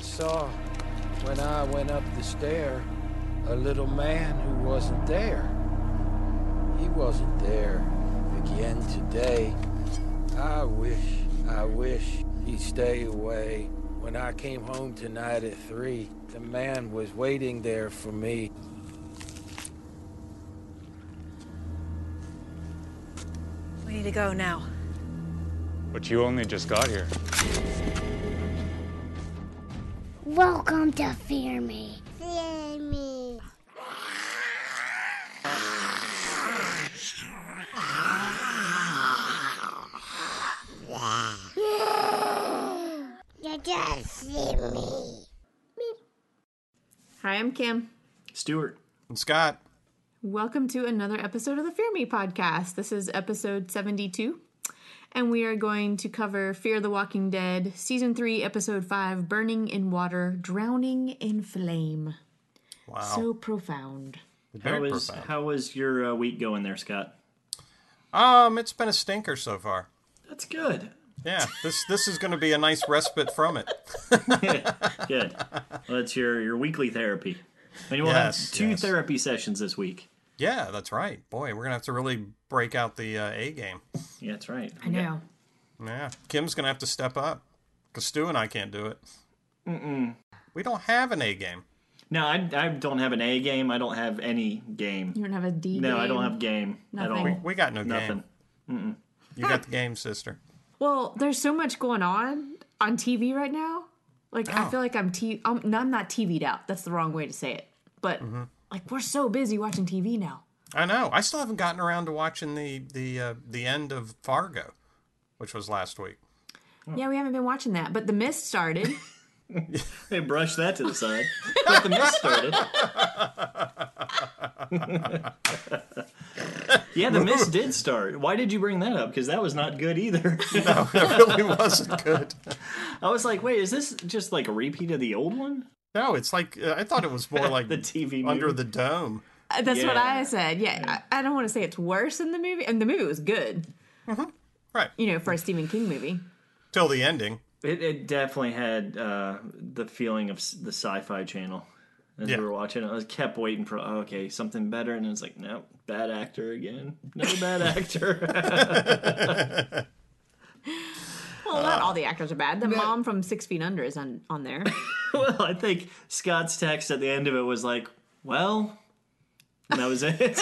saw when I went up the stair a little man who wasn't there. He wasn't there again today. I wish, I wish he'd stay away. When I came home tonight at three, the man was waiting there for me. We need to go now. But you only just got here. Welcome to Fear Me. Fear me. you just see me. Hi, I'm Kim. Stuart. And Scott, Welcome to another episode of the Fear Me podcast. This is episode 72, and we are going to cover Fear the Walking Dead, season 3, episode 5 Burning in Water, Drowning in Flame. wow, So profound. How very is profound. how is your uh, week going there, Scott? um, it's been a stinker so far. That's good. Yeah, this this is going to be a nice respite from it. Good. well, that's your your weekly therapy. And you will Yes, have two yes. therapy sessions this week. Yeah, that's right. Boy, we're gonna have to really break out the uh, A game. Yeah, that's right. I know. Yeah, Kim's gonna have to step up because Stu and I can't do it. Mm-mm. We don't have an A game. No, I, I don't have an A game. I don't have any game. You don't have a D. No, I game. don't have game at Nothing. all. We got no Nothing. game. You got the game, sister. Well, there's so much going on on TV right now. Like Oh. I feel like I'm t I'm, no, I'm not TV'd out. That's the wrong way to say it. But Mm-hmm. like we're so busy watching TV now. I know. I still haven't gotten around to watching the the uh, the end of Fargo, which was last week. Oh. Yeah, we haven't been watching that. But The Mist started. They brushed that to the side. But the mist started. yeah, the mist did start. Why did you bring that up? Because that was not good either. It really wasn't good. I was like, wait, is this just like a repeat of the old one? No, it's like uh, I thought it was more like The TV under movie. the dome. Uh, That's what Yeah. I said. Yeah, I, I don't want to say it's worse than the movie. And the movie was good. Mm-hmm. Right. You know, for a Stephen King movie. Till the ending. It, it definitely had uh, the feeling of s- the Sci-Fi Channel as Yeah. we were watching. it. I was kept waiting for oh, okay something better, and it was like no bad actor again, no bad actor. Well, not all the actors are bad. The mom from Six Feet Under is on on there. well, I think Scott's text at the end of it was like, well, and that was it.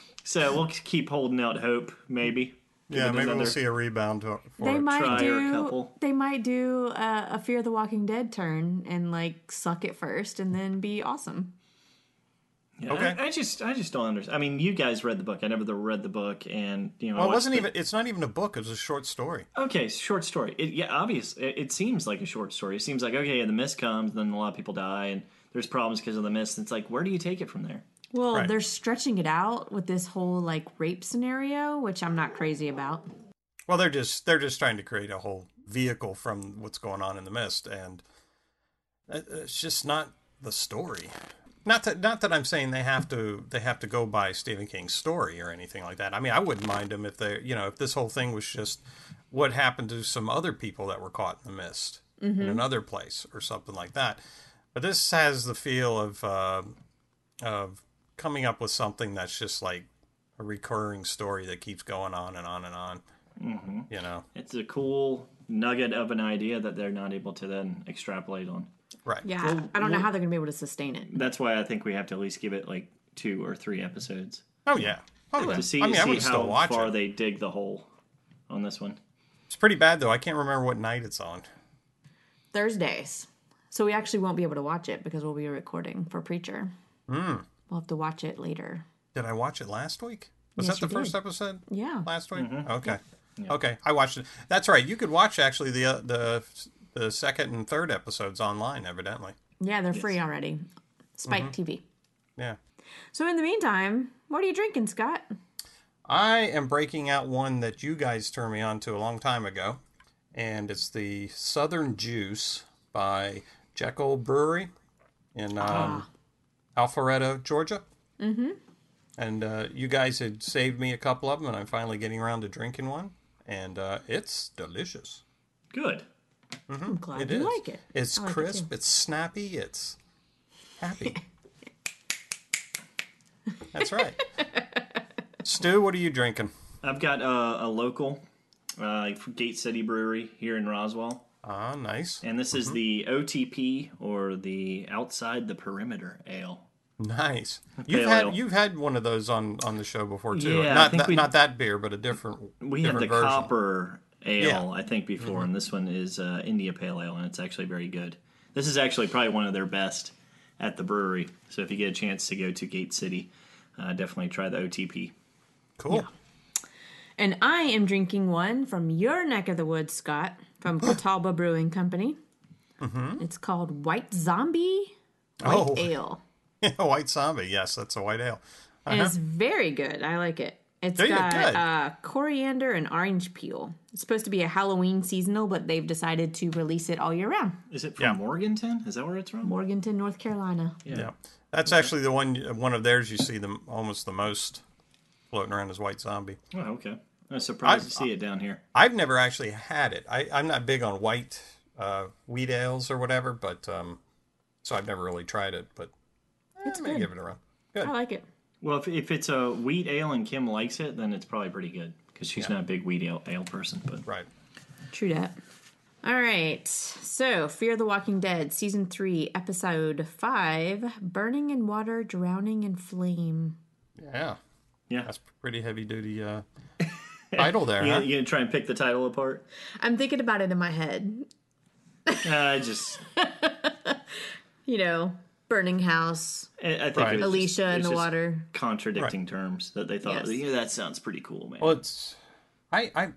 so we'll keep holding out hope, maybe. Give Yeah, it maybe another- we'll see a rebound to- for They it. might try or a do. couple. They might do a, a Fear the Walking Dead turn and like suck at first and then be awesome. Yeah, Okay. I, I just, I just don't understand. I mean, you guys read the book. I never the- read the book, and you know, I Well, it watched wasn't the- even. It's not even a book. It was a short story. Okay, short story. It, yeah, obvious. It, it seems like a short story. It seems like okay, the mist comes, then a lot of people die, and there's problems because of the mist. It's like, where do you take it from there? Well, Right. they're stretching it out with this whole like rape scenario, which I'm not crazy about. Well, they're just they're just trying to create a whole vehicle from what's going on in the mist, and it- it's just not the story. Not that not that I'm saying they have to they have to go by Stephen King's story or anything like that. I mean, I wouldn't mind them if they you know if this whole thing was just what happened to some other people that were caught in the mist in another place or something like that. But this has the feel of uh, of coming up with something that's just like a recurring story that keeps going on and on and on. You know, It's a cool nugget of an idea that they're not able to then extrapolate on. right? Yeah, I don't know how they're gonna be able to sustain it. That's why I think we have to at least give it like two or three episodes Oh yeah. Oh yeah. to see, I mean, I see would how still watch far it. they dig the hole on this one. It's pretty bad though. I can't remember what night it's on. Thursdays, so we actually won't be able to watch it because we'll be recording for Preacher. Hmm. We'll have to watch it later. Did I watch it last week? Was Yes, that the you did. first episode Yeah, last week? Okay. Okay. I watched it. That's right. You could watch actually the uh, the the second and third episodes online. Evidently. yeah, they're free already. Spike TV. Yeah. So in the meantime, what are you drinking, Scott? I am breaking out one that you guys turned me on to a long time ago, and it's the Southern Juice by Jekyll Brewery in um, Ah. Alpharetta, Georgia. Mm-hmm. And uh, you guys had saved me a couple of them, and I'm finally getting around to drinking one, and uh, it's delicious. Good. I'm glad It you is. like it. It's I like it crisp. too. it's snappy. It's happy. That's right. Stu, what are you drinking? I've got uh, a local uh, Gate City Brewery here in Roswell, Ah, nice, and this is the OTP or the Outside the Perimeter Ale. nice. You've Pale had ale. you've had one of those on on the show before too. Yeah, I not think that, we- not that beer, but a different. We had the different version. copper ale, Yeah. Mm-hmm. I think, before, and this one is uh, India Pale Ale, and it's actually very good. This is actually probably one of their best at the brewery. So if you get a chance to go to Gate City, uh, definitely try the OTP. Cool. And I am drinking one from your neck of the woods, Scott, from Catawba Brewing Company. It's called White Zombie Oh, Ale. white zombie. Yes, that's a white ale. And it's very good. I like it. It's There you go. got Uh-huh. Oh, Good. uh, coriander and orange peel. It's supposed to be a Halloween seasonal, but they've decided to release it all year round. Is it from Morganton? Is that where it's from? Morganton, North Carolina. Yeah, that's actually the one one of theirs you see them almost the most floating around is white zombie. Oh, okay. I'm surprised to see it down here. I've never actually had it. I, I'm not big on white uh, wheat ales or whatever, but um, so I've never really tried it. But It's I'm gonna good. give it a run. Good. I like it. Well, if, if it's a wheat ale and Kim likes it, then it's probably pretty good because she's not a big wheat ale, ale person. But Right. True that. All right. So, Fear the Walking Dead, Season 3, Episode 5 Burning in Water, Drowning in Flame. Yeah. Yeah. That's pretty heavy duty uh, title there. you, huh? you gonna try and pick the title apart? I'm thinking about it in my head. Uh, I just, You know, Burning House, I, I think Right. it was just- Alicia it in was the just water. contradicting terms that they thought. Yes. Yeah, that sounds pretty cool, man. Well, it's I I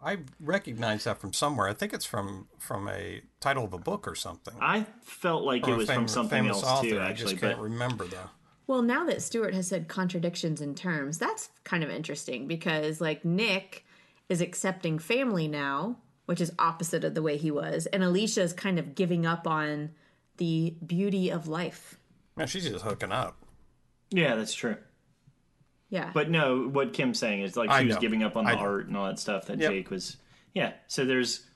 I recognize that from somewhere. I think it's from from a title of a book or something. I felt like it Or a was fam- from something famous else author. too, I actually. just can't But remember though. Well, now that Stuart has said contradictions in terms, that's kind of interesting because, like, Nick is accepting family now, which is opposite of the way he was, and Alicia is kind of giving up on the beauty of life. No, she's just hooking up. yeah, that's true. Yeah. But no, what Kim's saying is like I she was know. giving up on the I know. art and all that stuff that Yep. Jake was. Yeah, so there's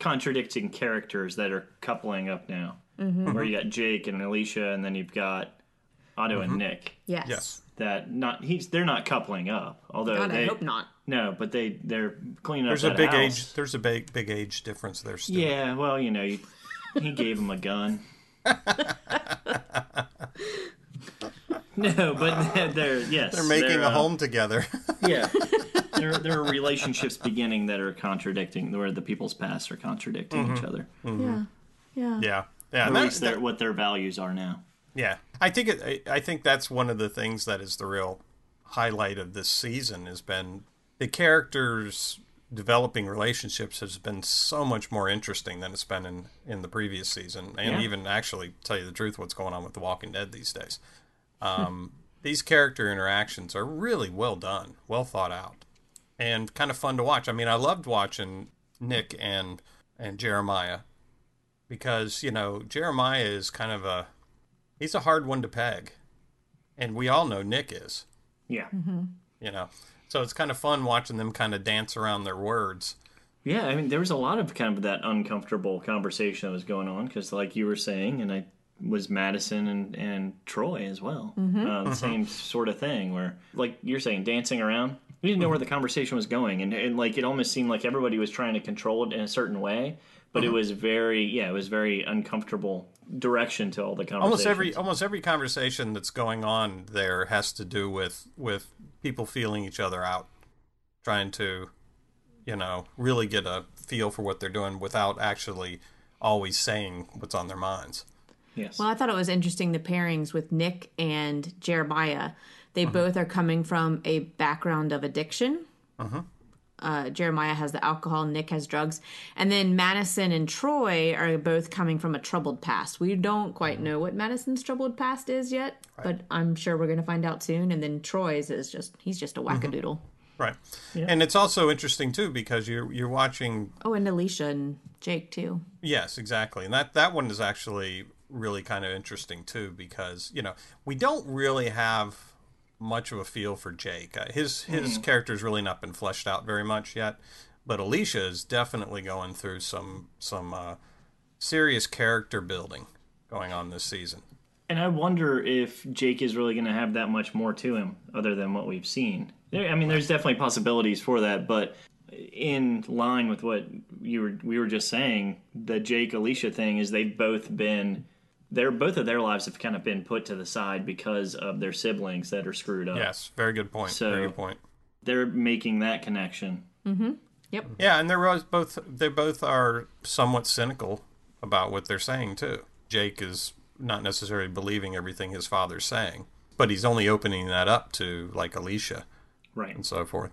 contradicting characters that are coupling up now, Mm-hmm. where you got Jake and Alicia, and then you've got Otto Mm-hmm. and Nick. yes. Yes. That not he's they're not coupling up, although God, they I hope not. no, but they they're cleaning up. There's a that big house. age. There's a big big age difference there. Still. Yeah, well, you know, you, he gave him a gun. no, but they're, they're yes, They're making a uh, home together. Yeah, there, there are relationships beginning that are contradicting, where the people's pasts are contradicting each other, Yeah. Yeah. yeah. Yeah. at and Mm-hmm. that- least that- their, what their values are now. Yeah, I think it, I I think that's one of the things that is the real highlight of this season has been the characters developing relationships has been so much more interesting than it's been in in the previous season, and Yeah. even actually tell you the truth, what's going on with The Walking Dead these days. Um, these character interactions are really well done, well thought out, and kind of fun to watch. I mean, I loved watching Nick and and Jeremiah because you know Jeremiah is kind of a he's a hard one to peg and we all know nick is Yeah, you know so it's kind of fun watching them kind of dance around their words yeah. I mean, there was a lot of kind of that uncomfortable conversation that was going on because, like you were saying, and I was Madison and and Troy as well. Uh, Mm-hmm. the same sort of thing where, like you're saying, dancing around. We didn't know where the conversation was going, and, and like it almost seemed like everybody was trying to control it in a certain way, but Mm-hmm. it was very, yeah, it was very uncomfortable direction to all the conversation. almost every almost every conversation that's going on there has to do with with people feeling each other out trying to you know really get a feel for what they're doing without actually always saying what's on their minds yes, Well, I thought it was interesting the pairings with Nick and Jeremiah. They Uh-huh. both are coming from a background of addiction. Uh-huh. Uh, Jeremiah has the alcohol, Nick has drugs. And then Madison and Troy are both coming from a troubled past. We don't Mm-hmm. quite know what Madison's troubled past is yet, but I'm sure we're going to find out soon. And then Troy's is just, he's just a Mm-hmm. wackadoodle. right and it's also interesting too because you're you're watching Oh, and Alicia and Jake, too. Yes, exactly. And that that one is actually really kind of interesting too because, you know, we don't really have much of a feel for Jake. Uh, his his character's really not been fleshed out very much yet, But Alicia is definitely going through some some uh, serious character building going on this season. And I wonder if Jake is really going to have that much more to him other than what we've seen. There, I mean, there's definitely possibilities for that, but in line with what you were we were just saying, the Jake Alicia thing is they've both been they're both of their lives have kind of been put to the side because of their siblings that are screwed up. Yes, very good point. very Oh. So- good point. They're making that connection. Yeah, and they're ros- both they both are somewhat cynical about what they're saying too. Jake is not necessarily believing everything his father's saying, but he's only opening that up to like Alicia Right. and so forth.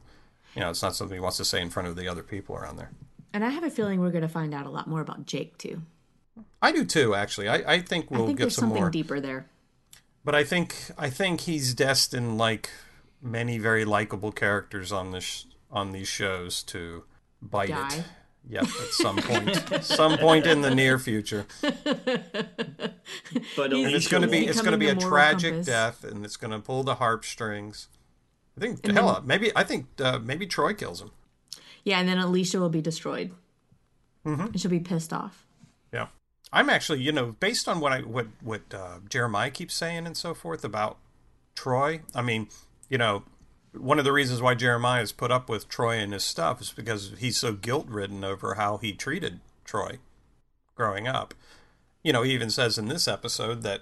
You know, it's not something he wants to say in front of the other people around there. And I have a feeling we're going to find out a lot more about Jake too. I do too, actually. I, I think we'll I think get there's some something more. deeper there. But I think I think he's destined, like many very likable characters on this sh- on these shows, to bite Die. it. Yep, at some point, some point in the near future. But He's- and it's Alicia going to be will- it's going to be a Becoming the moral tragic compass. death, and it's going to pull the harp strings. I think hell, uh, maybe I think uh, maybe Troy kills him. Yeah, and then Alicia will be destroyed. And she'll be pissed off. Yeah, I'm actually you know based on what I what what uh, Jeremiah keeps saying and so forth about Troy. I mean, you know, one of the reasons why Jeremiah is put up with Troy and his stuff is because he's so guilt ridden over how he treated Troy growing up. You know, he even says in this episode that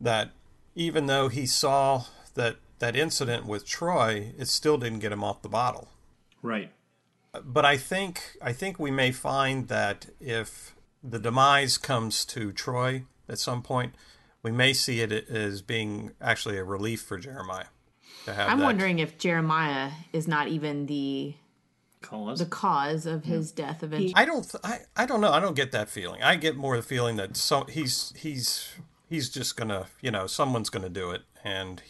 that even though he saw that that incident with Troy, it still didn't get him off the bottle right. but I think I think we may find that if the demise comes to Troy at some point, we may see it as being actually a relief for Jeremiah to have. I'm that. wondering if Jeremiah is not even the Call us. the cause of his death eventually. I don't. Th- I, I don't know. I don't get that feeling. I get more the feeling that so he's he's he's just gonna you know someone's gonna do it and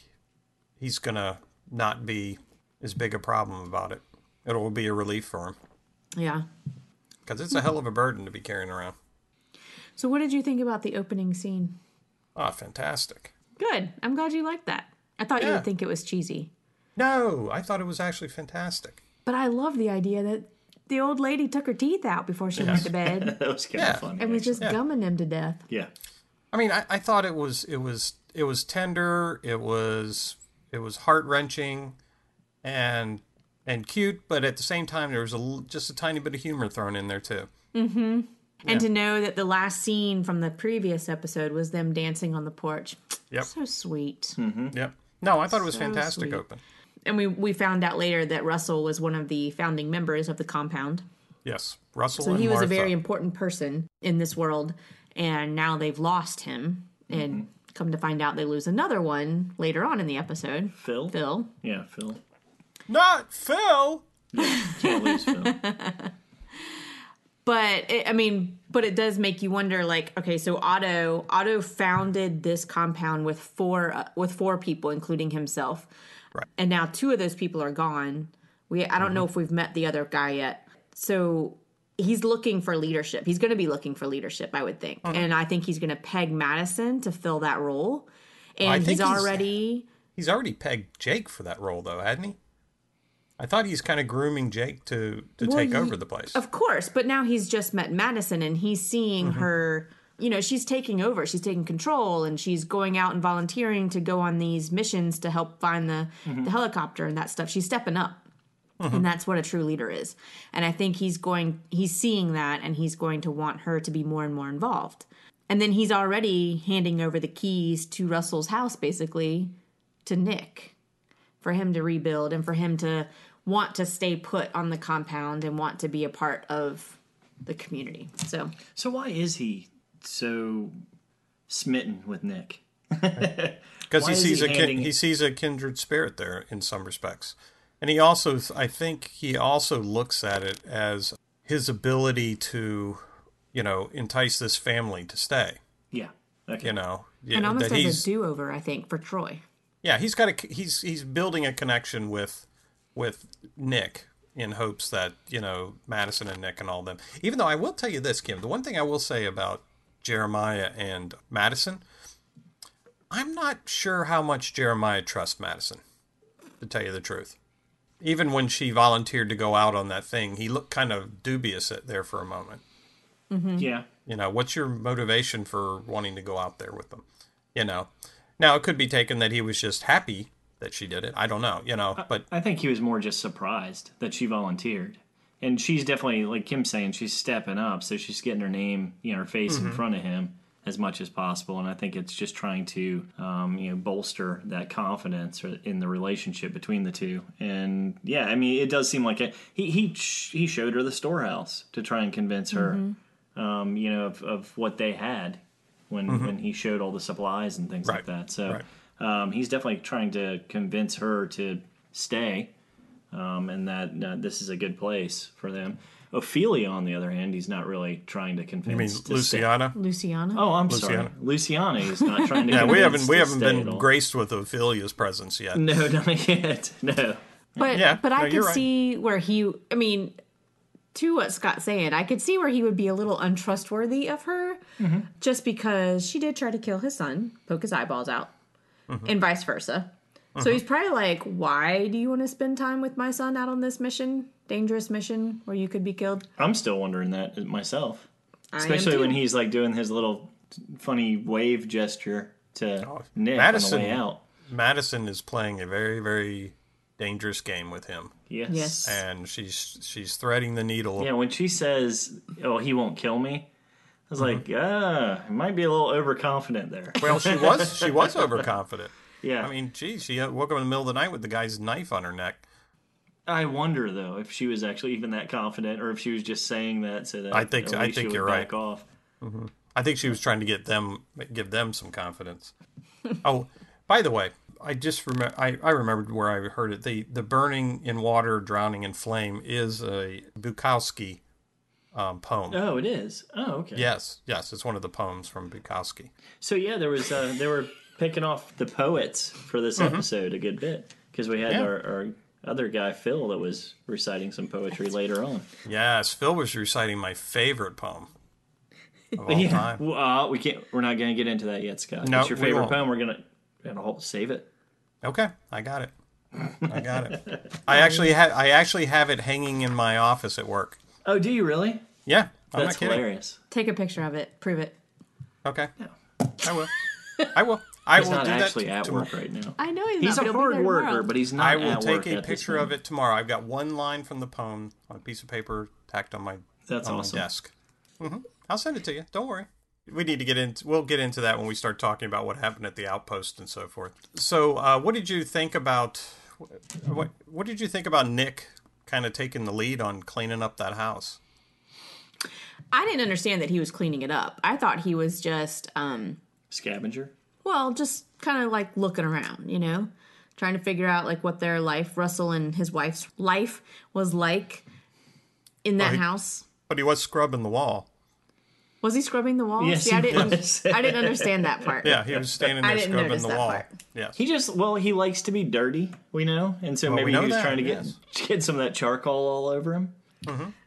he's gonna not be as big a problem about it. It'll be a relief for him yeah. because it's a hell of a burden to be carrying around. So what did you think about the opening scene? Ah, fantastic. Good. I'm glad you liked that. I thought you Yeah. would think it was cheesy. No, I thought it was actually fantastic. But I love the idea that the old lady took her teeth out before she went to bed that was kind Yeah. of funny. and was just gumming him to death. yeah. I mean, I, I thought it was it was it was tender, it was it was heart wrenching, and and cute, but at the same time there was a l- just a tiny bit of humor thrown in there too. And to know that the last scene from the previous episode was them dancing on the porch. Yep. So sweet. Yep. No, I thought it was So fantastic. sweet. Open. And we, we found out later that Russell was one of the founding members of the compound. Yes, Russell. So and he was Martha. a very important person in this world, and now they've lost him. And Mm-hmm. come to find out, they lose another one later on in the episode. Phil? Phil. Yeah, Phil. not Phil. Can't lose Phil. But it, I mean, but it does make you wonder. Like, okay, so Otto Otto founded this compound with four uh, with four people, including himself, right. and now two of those people are gone. We I don't know Mm-hmm. if we've met the other guy yet. So he's looking for leadership. He's going to be looking for leadership, I would think, Mm-hmm. and I think he's going to peg Madison to fill that role. And I he's think he's- already He's already pegged Jake for that role, though, hadn't he? I thought he's kind of grooming Jake to to Well, take he- over the place. Of course, but now he's just met Madison and he's seeing her, you know, she's taking over, she's taking control and she's going out and volunteering to go on these missions to help find the, the helicopter and that stuff. She's stepping up. And that's what a true leader is. And I think he's going he's seeing that and he's going to want her to be more and more involved. And then he's already handing over the keys to Russell's house basically to Nick for him to rebuild and for him to want to stay put on the compound and want to be a part of the community. So So why is he so smitten with Nick? because Why he is sees he a kin- handing he it- sees a kindred spirit there in some respects, and he also I think he also looks at it as his ability to, you know, entice this family to stay. Yeah. Okay. You know, yeah, and almost that as a he's do over, I think, for Troy. yeah he's got a he's he's building a connection with with Nick in hopes that you know Madison and Nick and all them. Even though I will tell you this, Kim, the one thing I will say about Jeremiah and Madison, I'm not sure how much Jeremiah trusts Madison. To tell you the truth, even when she volunteered to go out on that thing, he looked kind of dubious at there for a moment. Yeah. You know, what's your motivation for wanting to go out there with them? You know, now it could be taken that he was just happy that she did it. I don't know. You know, but I think he was more just surprised that she volunteered. And she's definitely, like Kim's saying, she's stepping up. So she's getting her name, you know, her face Mm-hmm. in front of him as much as possible. And I think it's just trying to, um, you know, bolster that confidence or- in the relationship between the two. And yeah, I mean, it does seem like it. He, he, sh- he showed her the storehouse to try and convince her, um, you know, of, of what they had when, when he showed all the supplies and things like Mm-hmm. Right. that. So um, he's definitely trying to convince her to stay um, and that uh, this is a good place for them. Ophelia, on the other hand, he's not really trying to convince. I mean, to stay. Luciana. Luciana. Oh, I'm sorry, Luciana Luciana. is not trying to. Yeah, we convince haven't we to haven't stay at been all. graced with Ophelia's presence yet. No, not yet. No. But Yeah, but no, I you're could right. see where he. I mean, to what Scott's saying, I could see where he would be a little untrustworthy of her, Mm-hmm. just because she did try to kill his son, poke his eyeballs out, Mm-hmm. and vice versa. So he's probably like, "Why do you want to spend time with my son out on this mission, dangerous mission, where you could be killed?" I'm still wondering that myself, am especially too. when he's like doing his little funny wave gesture to Nick Oh, Madison- on the way out. Madison is playing a very very dangerous game with him, Yes. Yes. and she's she's threading the needle. Yeah, when she says, "Oh, he won't kill me," I was like, "Ah, I might be a little overconfident there." Mm-hmm. Well, she was she was overconfident. Yeah, I mean, geez, she uh, woke up in the middle of the night with the guy's knife on her neck. I wonder though if she was actually even that confident, or if she was just saying that so that I think- I Alicia think would you're back right. Off. I think she was trying to get them give them some confidence. oh, by the way, I just remember I, I remembered where I heard it. The the burning in water, drowning in flame is a Bukowski um, poem. Oh, it is. Oh, okay. Yes, yes, it's one of the poems from Bukowski. So yeah, there was uh, they were picking off the poets for this episode a good bit because we had Mm-hmm. Yeah. our, our other guy Phil that was reciting some poetry later on. Yes, Phil was reciting my favorite poem of all Yeah, time. well, uh, we can't. We're not going to get into that yet, Scott. No, What's your we favorite won't. poem? We're gonna, we're gonna hold, save it. Okay, I got it. I got it. I actually had I actually have it hanging in my office at work. Oh, do you really? Yeah, I'm That's not kidding. hilarious. Take a picture of it, prove it. Okay. I will. I will. I He's will not do that actually t- at tomorrow. work right now. I know He's a hard worker, but he's not. I at will work take a at this picture of moment. it tomorrow. I've got one line from the poem on a piece of paper tacked on my That's on awesome. my desk. hmm I'll send it to you. Don't worry. We need to get into. We'll get into that when we start talking about what happened at the outpost and so forth. So, uh, what did you think about? What What did you think about Nick kind of taking the lead on cleaning up that house? I didn't understand that he was cleaning it up. I thought he was just um, Scavenger. Well, just kind of like looking around, you know, trying to figure out like what their life, Russell and his wife's life was like in that Oh, Right. house. But he was scrubbing the wall. Was he scrubbing the walls? Yes, yeah, I he didn't. was. I didn't understand that part. Yeah, he was standing I there didn't scrubbing notice the that wall. part. Yes. He just well, he likes to be dirty, we know, and so we maybe he know was that, trying to get yes. Mm-hmm. get some of that charcoal all over him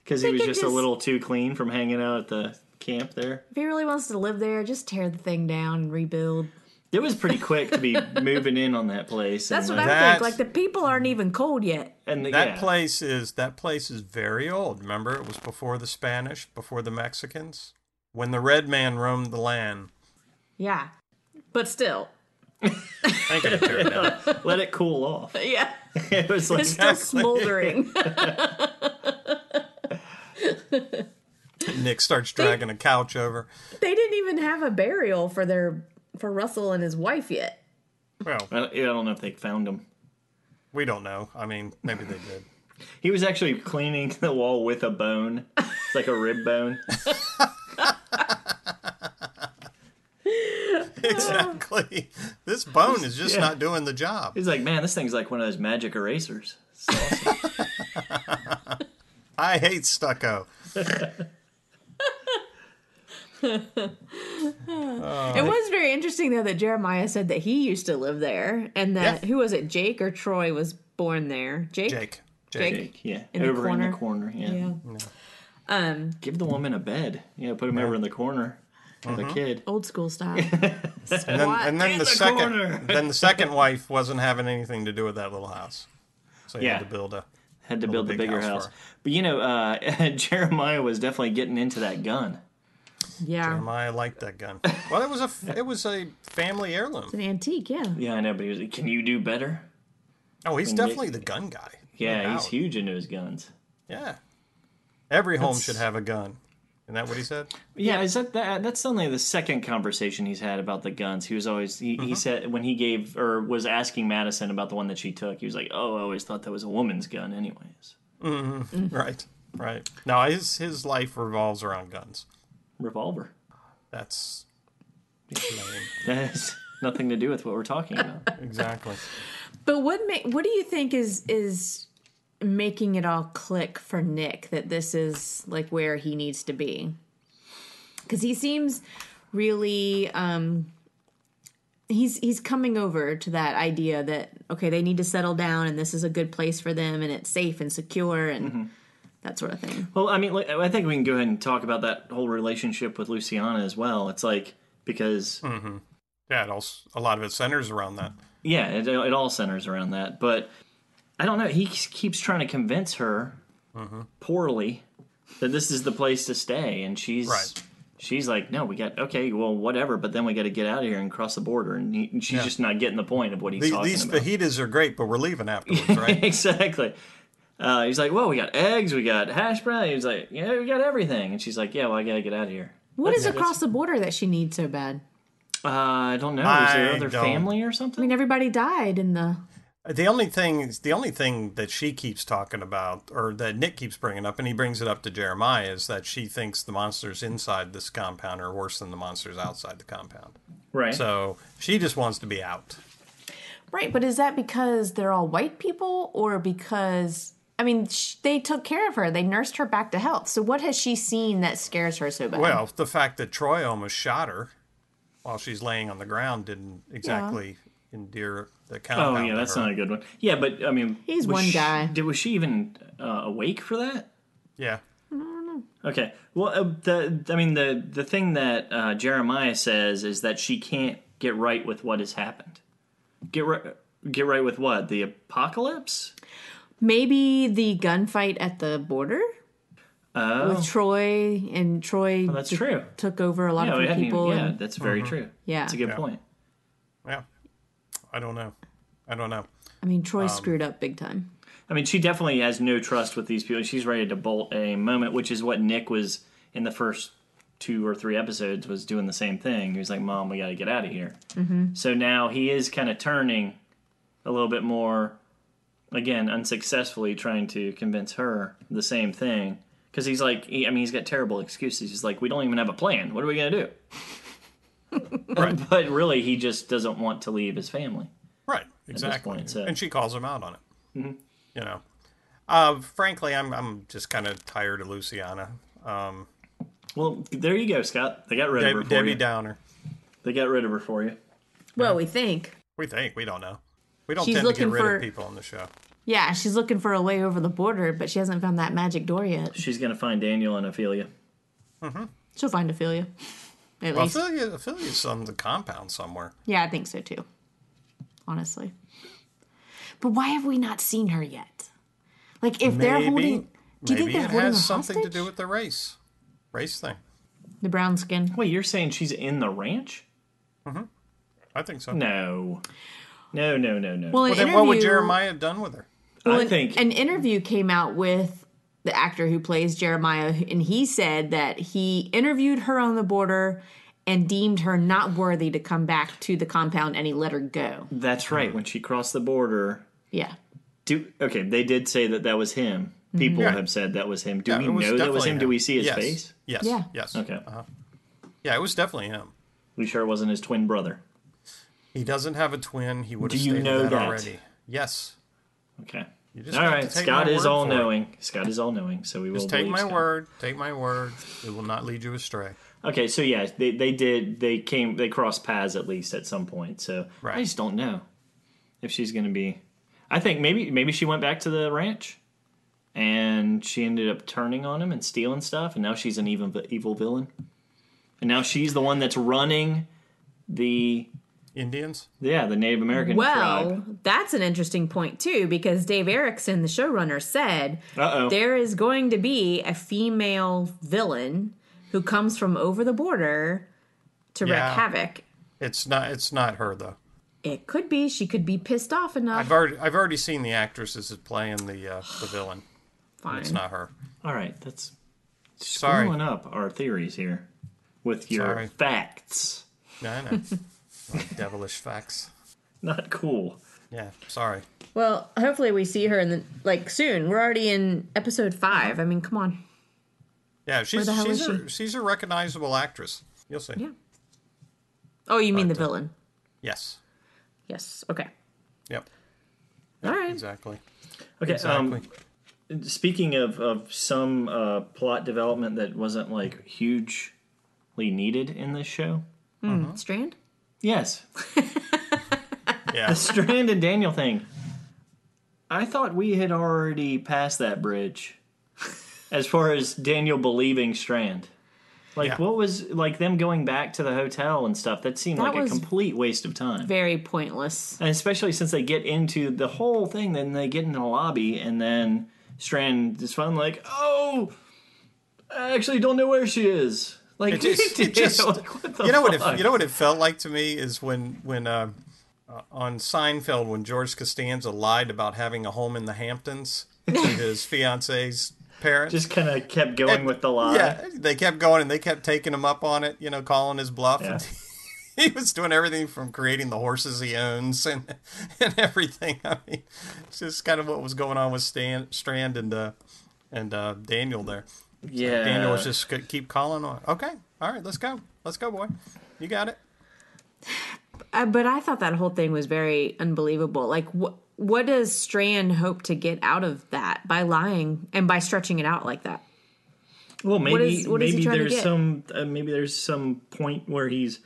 because They he was could just, a just- little too clean from hanging out at the camp there. If he really wants to live there, just tear the thing down and rebuild. It was pretty quick to be moving in on that place. That's and what like- I That's- think. Like the people aren't even cold yet. and the, That yeah. place is that place is very old. Remember, it was before the Spanish, before the Mexicans, when the red man roamed the land. Yeah, but still, Thank you, Terry. Now. Let it cool off. yeah, It was like it's still smoldering. Nick starts dragging a couch over. they didn't even have a burial for their for Russell and his wife yet. Well, I don't, I don't know if they found him. we don't know. I mean, maybe they did. He was actually cleaning the wall with a bone, It's like a rib bone. Exactly. This bone is just Yeah. not doing the job. He's like, man, this thing's like one of those magic erasers. I hate stucco. It was very interesting though that Jeremiah said that he used to live there, and that Yeah. who was it, Jake or Troy, was born there. Jake. Jake. Jake. Jake. Jake, yeah, In the over in corner. the corner. Yeah. Yeah. Um, give the woman a bed. You know, put him over in the corner with Mm-hmm. a kid. Old school style. And then, and then In the, the second, corner. then the second wife wasn't having anything to do with that little house, so he Yeah. had to build a Had to build the big bigger house. house for her. But you know, uh, Jeremiah was definitely getting into that gun. Yeah. Jeremiah liked that gun. Well, it was a f- it was a family heirloom. An antique, yeah. Yeah, I know, but he was like, can you do better? Oh, he's And Nick- definitely the gun guy. Yeah, No he's doubt. huge into his guns. Yeah, every home That's- should have a gun. Isn't that what he said? Yeah, is that, that that's only the second conversation he's had about the guns. He was always he, Mm-hmm. he said when he gave or was asking Madison about the one that she took, he was like, "Oh, I always thought that was a woman's gun, anyways." Right, right. No, his his life revolves around guns. Revolver. That's That has nothing to do with what we're talking about. exactly. But what ma- what do you think is is making it all click for Nick that this is like where he needs to be? Cuz he seems really um he's he's coming over to that idea that okay, they need to settle down and this is a good place for them and it's safe and secure and that sort of thing. Well, I mean, like, I think we can go ahead and talk about that whole relationship with Luciana as well. It's like because Hmm. Yeah, it also a lot of it centers around that. yeah, it, it all centers around that. But I don't know. He k- keeps trying to convince her Mm-hmm. poorly that this is the place to stay, and she's Right. she's like, "No, we got okay, well, whatever." But then we got to get out of here and cross the border, and, he, and she's just not getting the point of what he's The, talking these about. fajitas are great, but we're leaving afterwards, right? exactly. Uh, he's like, "Well, we got eggs, we got hash brown." He's like, "Yeah, we got everything," and she's like, "Yeah, well, I gotta get out of here." What is across the border that she needs so bad? Uh, I don't know. Is there I other don't- family or I something? mean, everybody died in the the only thing the only thing that she keeps talking about, or that Nick keeps bringing up, and he brings it up to Jeremiah, is that she thinks the monsters inside this compound are worse than the monsters outside the compound. Right. So she just wants to be out. Right, but is that because they're all white people or because I mean, sh- they took care of her. They nursed her back to health. So what has she seen that scares her so bad? Well, the fact that Troy almost shot her while she's laying on the ground didn't exactly endear the Oh compound. yeah, to that's her. not a good one. Yeah, but I mean, He's was one she- guy. Did was she even uh, awake for that? Yeah. Okay. Well, uh, the I mean the the thing that uh, Jeremiah says is that she can't get right with what has happened. Get right. Get right with what? The apocalypse? Maybe the gunfight at the border Oh, with Troy and Troy that's true. took over a lot Yeah, we of hadn't even- people. yeah, and- that's very true. Yeah. That's a good Yeah. point. Yeah. I don't know. I don't know. I mean, Um, Troy screwed up big time. I mean, she definitely has no trust with these people. She's ready to bolt at a moment, which is what Nick was in the first two or three episodes was doing the same thing. He was like, "Mom, we got to get out of here." Mm-hmm. So now he is kind of turning a little bit more, again, unsuccessfully trying to convince her the same thing because he's like, he, I mean, he's got terrible excuses. He's like, "We don't even have a plan. What are we gonna do?" But really, he just doesn't want to leave his family. Right, exactly. point, Mm-hmm. so- And she calls him out on it. You know, uh, frankly, I'm I'm just kind of tired of Luciana, um, Well, there you go, Scott. They got rid of her. Deb- for Debbie you. Downer. They got rid of her for you. Well, we think. We think we don't know. We don't She's tend to get looking rid for- of people on the show. Yeah, she's looking for a way over the border, but she hasn't found that magic door yet. She's gonna find Daniel and Ophelia. She'll find Ophelia. At Well, least. Ophelia, Ophelia's on the compound somewhere. Yeah, I think so too. Honestly. But why have we not seen her yet? Like if they're Maybe- holding do you think Maybe they're it holding a has something to do hostage? with the race, race thing. the brown skin. Wait, you're saying she's in the ranch? I think so. No, no, no, no, no. Well, Well, an then interview, what would Jeremiah have done with her? well, I an- think an interview came out with the actor who plays Jeremiah and he said that he interviewed her on the border and deemed her not worthy to come back to the compound and he let her go. that's right. When she crossed the border, Yeah. do okay. They did say that that was him. Mm-hmm. People have said that was him. Do Yeah, we it know that was definitely him? Do we see his Yes, Uh-huh. face? Yes. Yeah. Yes. Okay, Yeah, it was definitely him. we sure it wasn't his twin brother. He doesn't have a twin. He would Do have you stated know that, that? already. Yes. Okay. just all have to right, take Scott my is word all for it. knowing. Scott is all knowing, so we will Just take believe my Scott. word. Take my word. It will not lead you astray. Okay, so yeah, they, they did. They came. They crossed paths at least at some point. So I Right. just don't know if she's going to be. I think maybe maybe she went back to the ranch, and she ended up turning on him and stealing stuff, and now she's an evil evil villain, and now she's the one that's running the Indians? Yeah, the Native American Well, tribe. that's an interesting point too, because Dave Erickson, the showrunner, said Uh-oh. there is going to be a female villain who comes from over the border to Yeah. wreak havoc. It's not. It's not her though. It could be she could be pissed off enough. I've already I've already seen the actresses as playing the uh, the villain. Fine. It's not her. All right, that's Sorry. screwing up our theories here with your Sorry. facts. Yeah, I know. Like devilish facts. Not cool. Yeah, sorry. Well, hopefully we see her in the like soon. We're already in episode five. I mean, come on. Yeah, she's the hell she's is a, she's a recognizable actress. You'll see. Yeah. Oh, you mean the uh, villain? Yes. Yes. Okay. Yep. All right. Exactly. Okay, Exactly. um, speaking of, of some uh, plot development that wasn't like hugely needed in this show. uh-huh. Hmm. Strand. Yes, yeah. the Strand and Daniel thing. I thought we had already passed that bridge as far as Daniel believing Strand. Like, Yeah. what was, like, them going back to the hotel and stuff? That seemed That like a was complete waste of time. Very pointless. And especially since they get into the whole thing, then they get into the lobby, and then Strand is finally like, oh, I actually don't know where she is. Like, It just- it just- like, what the You know what? fuck? It, you know what it felt like to me is when when uh, uh, on Seinfeld when George Costanza lied about having a home in the Hamptons to his fiance's parents. Just kind of kept going with the lie. yeah, they kept going and they kept taking him up on it. You know, calling his bluff. Yeah. And he was doing everything from creating the horses he owns and and everything. I mean, it's just kind of what was going on with Stan Strand and uh, and uh, Daniel there. Yeah. Daniel was just c- keep calling on. Okay, all right, let's go, let's go, boy. You got it. Uh, but I thought that whole thing was very unbelievable. Like, wh- what does Strand hope to get out of that by lying and by stretching it out like that? Well, maybe is- what is he maybe trying to there's get? some uh, maybe there's some point where he's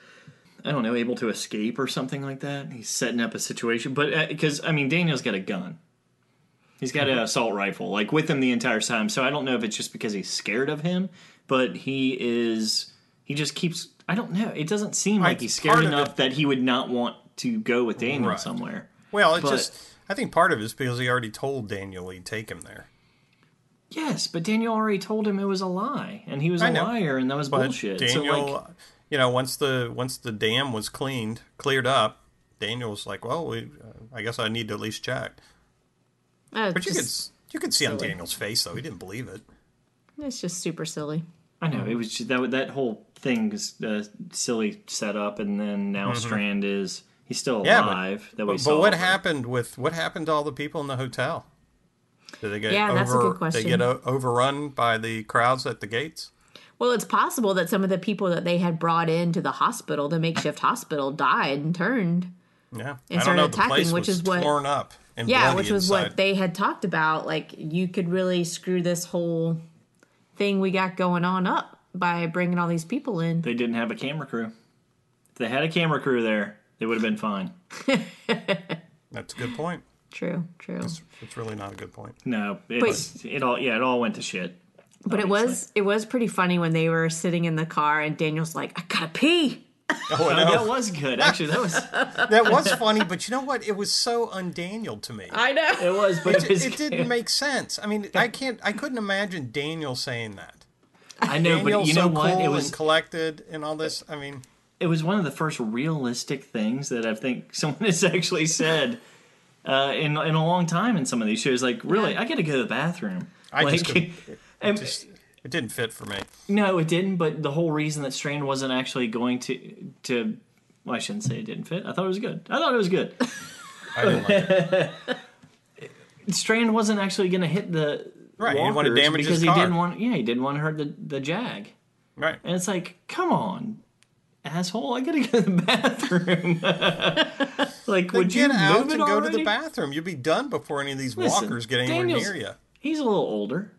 I don't know able to escape or something like that. He's setting up a situation, but because I mean Daniel's got a gun, he's got an assault rifle like with him the entire time. So I don't know if it's just because he's scared of him, but he is he just keeps I don't know. It doesn't seem Right, like he's scared part of enough it- that he would not want to go with Daniel Right. somewhere. Well, it's But- just I think part of it is because he already told Daniel he'd take him there. Yes, but Daniel already told him it was a lie, and he was I a know. liar, and that was But bullshit. Daniel, so like, you know, once the once the dam was cleaned, cleared up, Daniel was like, "Well, we, uh, I guess I need to at least check." Uh, But you could just, s- you could see on Daniel's face though he didn't believe it. It's just super silly. I know it Um, was just, that that whole thing is uh, silly setup, and then now Strand is he's still Mm-hmm. Yeah, but- alive. that we But, saw, but what happened with what happened to all the people in the hotel? Did they get Yeah, over? that's a good They question. get o- overrun by the crowds at the gates. Well, it's possible that some of the people that they had brought into the hospital, the makeshift hospital, died and turned. And Yeah, I don't know. started The attacking, place which was is what- torn up and Yeah, bloody which was inside. what they had talked about. Like, you could really screw this whole thing we got going on up by bringing all these people in. They didn't have a camera crew. If they had a camera crew there, they would have been fine. That's a good point. True, true. It's really not a good point. No, it's, it all yeah, it all went to shit. But it was it was pretty funny when they were sitting in the car and Daniel's like, I gotta pee. Oh, Oh, that no. was good actually. That was it that was funny, but you know what? It was so undaniel to me. I know. was, but it, It, was it didn't make sense. I mean, I can't. I couldn't imagine Daniel saying that. I know, Daniel, but you know so what? cool It was and collected and all this. I mean, it was one of the first realistic things that I think someone has actually said uh, in in a long time in some of these shows. Like, really, I got to go to the bathroom. I like, just couldn't- and- just it didn't fit for me. no, it didn't. But the whole reason that Strand wasn't actually going to to well, I shouldn't say it didn't fit. I thought it was good. I thought it was good. I didn't like it. Strand wasn't actually going to hit the Right, he didn't want to walkers damage his because he car. didn't want. Yeah, he didn't want to hurt the the jag. Right. And it's like, come on, asshole! I got to go to the bathroom. like, Then would you get out move and it go to already? the bathroom. You'd be done before any of these Listen, walkers get anywhere Daniel's- near you. He's a little older.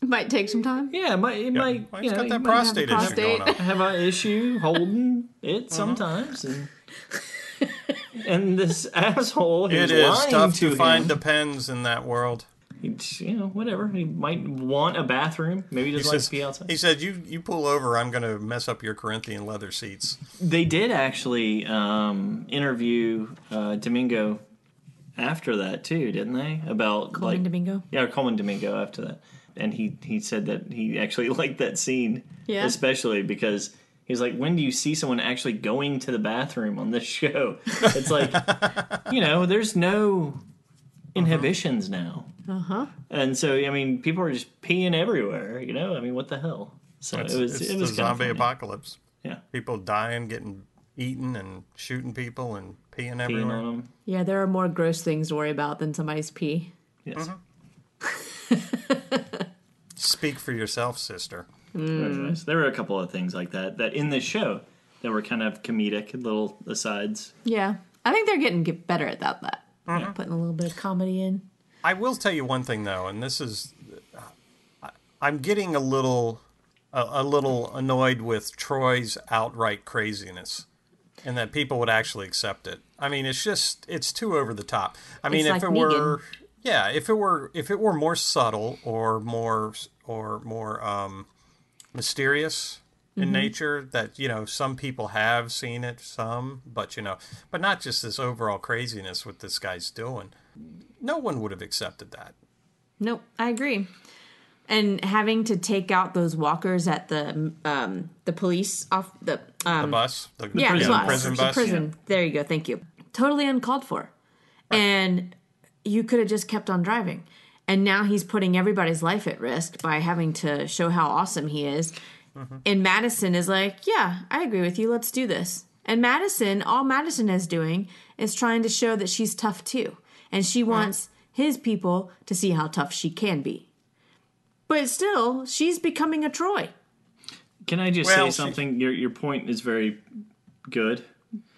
Might take some time. Yeah, it might, it might Well, you he's know, got you that might have, prostate, prostate. issue going on. have an issue holding it sometimes, and and this asshole who's It is lying tough to, to, him. find the pens in that world. He's, you know, whatever. He might want a bathroom. Maybe he He doesn't like says, to be outside. he said, you, you pull over, I'm going to mess up your Corinthian leather seats. They did actually um, interview uh, Domingo after that too, didn't they? About Coleman like Domingo. yeah, Coleman Domingo after that, and he he said that he actually liked that scene, Yeah. especially because. He's like, when do you see someone actually going to the bathroom on this show? It's like, you know, there's no inhibitions now. Uh huh. And so, I mean, people are just peeing everywhere. You know, I mean, what the hell? So It's, it was it's it was the kinda zombie funny. apocalypse. Yeah, People dying, getting eaten, and shooting people and peeing peeing everywhere. on them. Yeah, there are more gross things to worry about than somebody's pee. Yes. Speak for yourself, sister. Yes, There were a couple of things like that that in this show that were kind of comedic little asides. Yeah, I think they're getting get better at that. That putting a little bit of comedy in. I will tell you one thing though, and this is, I- I'm getting a little, a, a little annoyed with Troy's outright craziness, and that people would actually accept it. I mean, it's just, it's too over the top. I mean, It's if like it were, yeah, if it were, if it were more subtle or more, or more um, mysterious Mm-hmm. in nature, that you know, some people have seen it, some, but you know, but not just this overall craziness what this guy's doing. No one would have accepted that. Nope, I agree. And having to take out those walkers at the um, the police off the um, the bus, the, yeah, prison, bus. prison The bus. prison. There you go. Thank you. Totally uncalled for, and you could have just kept on driving. And now he's putting everybody's life at risk by having to show how awesome he is. Mm-hmm. And Madison is like, "Yeah, I agree with you. Let's do this." And Madison, all Madison is doing is trying to show that she's tough too, and she wants his people to see how tough she can be. But still, she's becoming a Troy. Can I just Well, say she- something? Your your point is very good.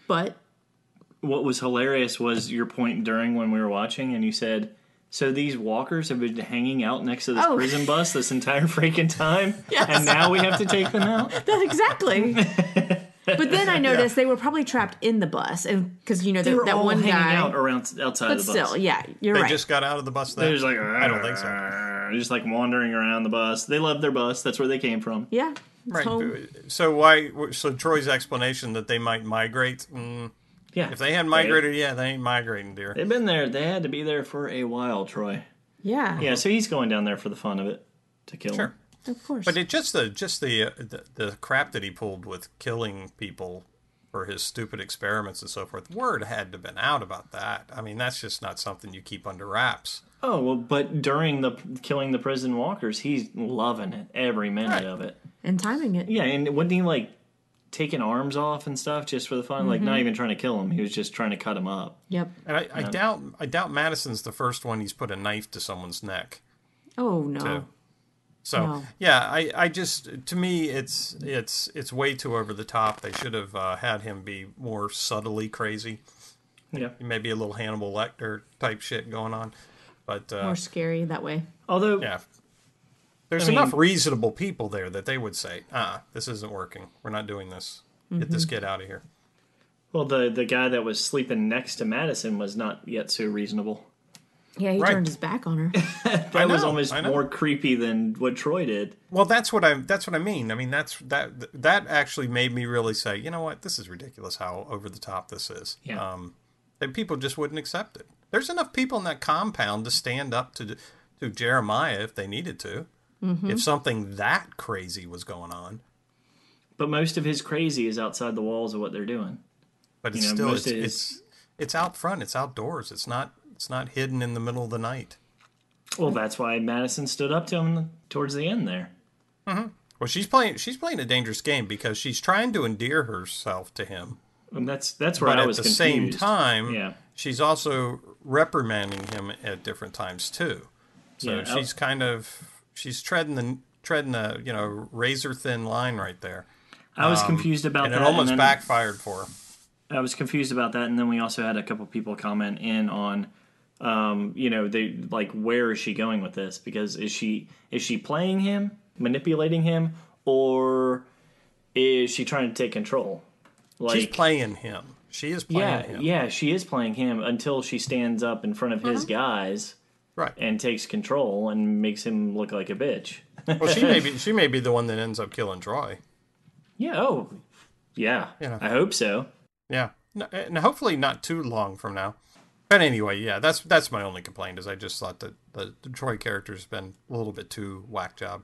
But What was hilarious was your point during when we were watching, and you said. So these walkers have been hanging out next to this Oh. prison bus this entire freaking time, and now we have to take them out. That's exactly. but then I noticed they were probably trapped in the bus, and because you know They that were that all one hanging guy. out around outside but the bus. still, yeah, you're They right. just got out of the bus. There. They're just like I don't think so. "Arr," Just like wandering around the bus. They love their bus. That's where they came from. yeah, Right. So- So why? So Troy's explanation that they might migrate. Mm, Yeah. if they hadn't migrated, yeah, they ain't migrating, dear. They've been there. They had to be there for a while, Troy. yeah, Yeah, so he's going down there for the fun of it to kill Sure. him. of course. But it just the just the, uh, the the crap that he pulled with killing people for his stupid experiments and so forth. Word had to been out about that. I mean, that's just not something you keep under wraps. Oh well, but during the killing the prison walkers, he's loving it every minute of it. and timing it. Yeah, and wasn't he like taking arms off and stuff just for the fun? Like Mm-hmm. not even trying to kill him. He was just trying to cut him up. Yep. And I, I doubt I doubt Madison's the first one he's put a knife to someone's neck. Oh no. too. So No. yeah, I, I just to me it's it's it's way too over the top. They should have uh, had him be more subtly crazy, Yeah. maybe a little Hannibal Lecter type shit going on. But uh, More scary that way. Although yeah, there's mean- enough reasonable people there that they would say, "Ah, this isn't working. We're not doing this. Get Mm-hmm. this kid out of here." well the the guy that was sleeping next to Madison was not yet so reasonable. Yeah, he Right. turned his back on her. That was know, almost I know. more creepy than what Troy did. Well, that's what I that's what I mean. I mean that's that that actually made me really say, you know what, this is ridiculous how over the top this is. Yeah. Um, that people just wouldn't accept it. There's enough people in that compound to stand up to to Jeremiah if they needed to. If something that crazy was going on, But most of his crazy is outside the walls of what they're doing. but You it's know, still most it's, is- it's it's out front. It's outdoors. It's not it's not hidden in the middle of the night. Mm. Well, that's why Madison stood up to him towards the end there. Well, she's playing she's playing a dangerous game because she's trying to endear herself to him. And that's that's where but I at was the confused. same time, yeah, she's also reprimanding him at different times too. So Yeah, oh. I- she's kind of she's treading the treading the you know razor thin line right there, I was confused about um, and that. it almost then backfired for her. I was confused about that, and then we also had a couple people comment in on, um, you know, they like where is she going with this? Because is she is she playing him, manipulating him, or is she trying to take control? Like, she's playing him. She is playing Yeah, him. yeah, she is playing him until she stands up in front of his guys Right. and takes control and makes him look like a bitch. Well, she may be she may be the one that ends up killing Troy. yeah. Oh, yeah. Yeah. I hope so. Yeah, no, and hopefully not too long from now. But anyway, yeah, that's that's my only complaint is I just thought that the, the Troy character's been a little bit too whack job.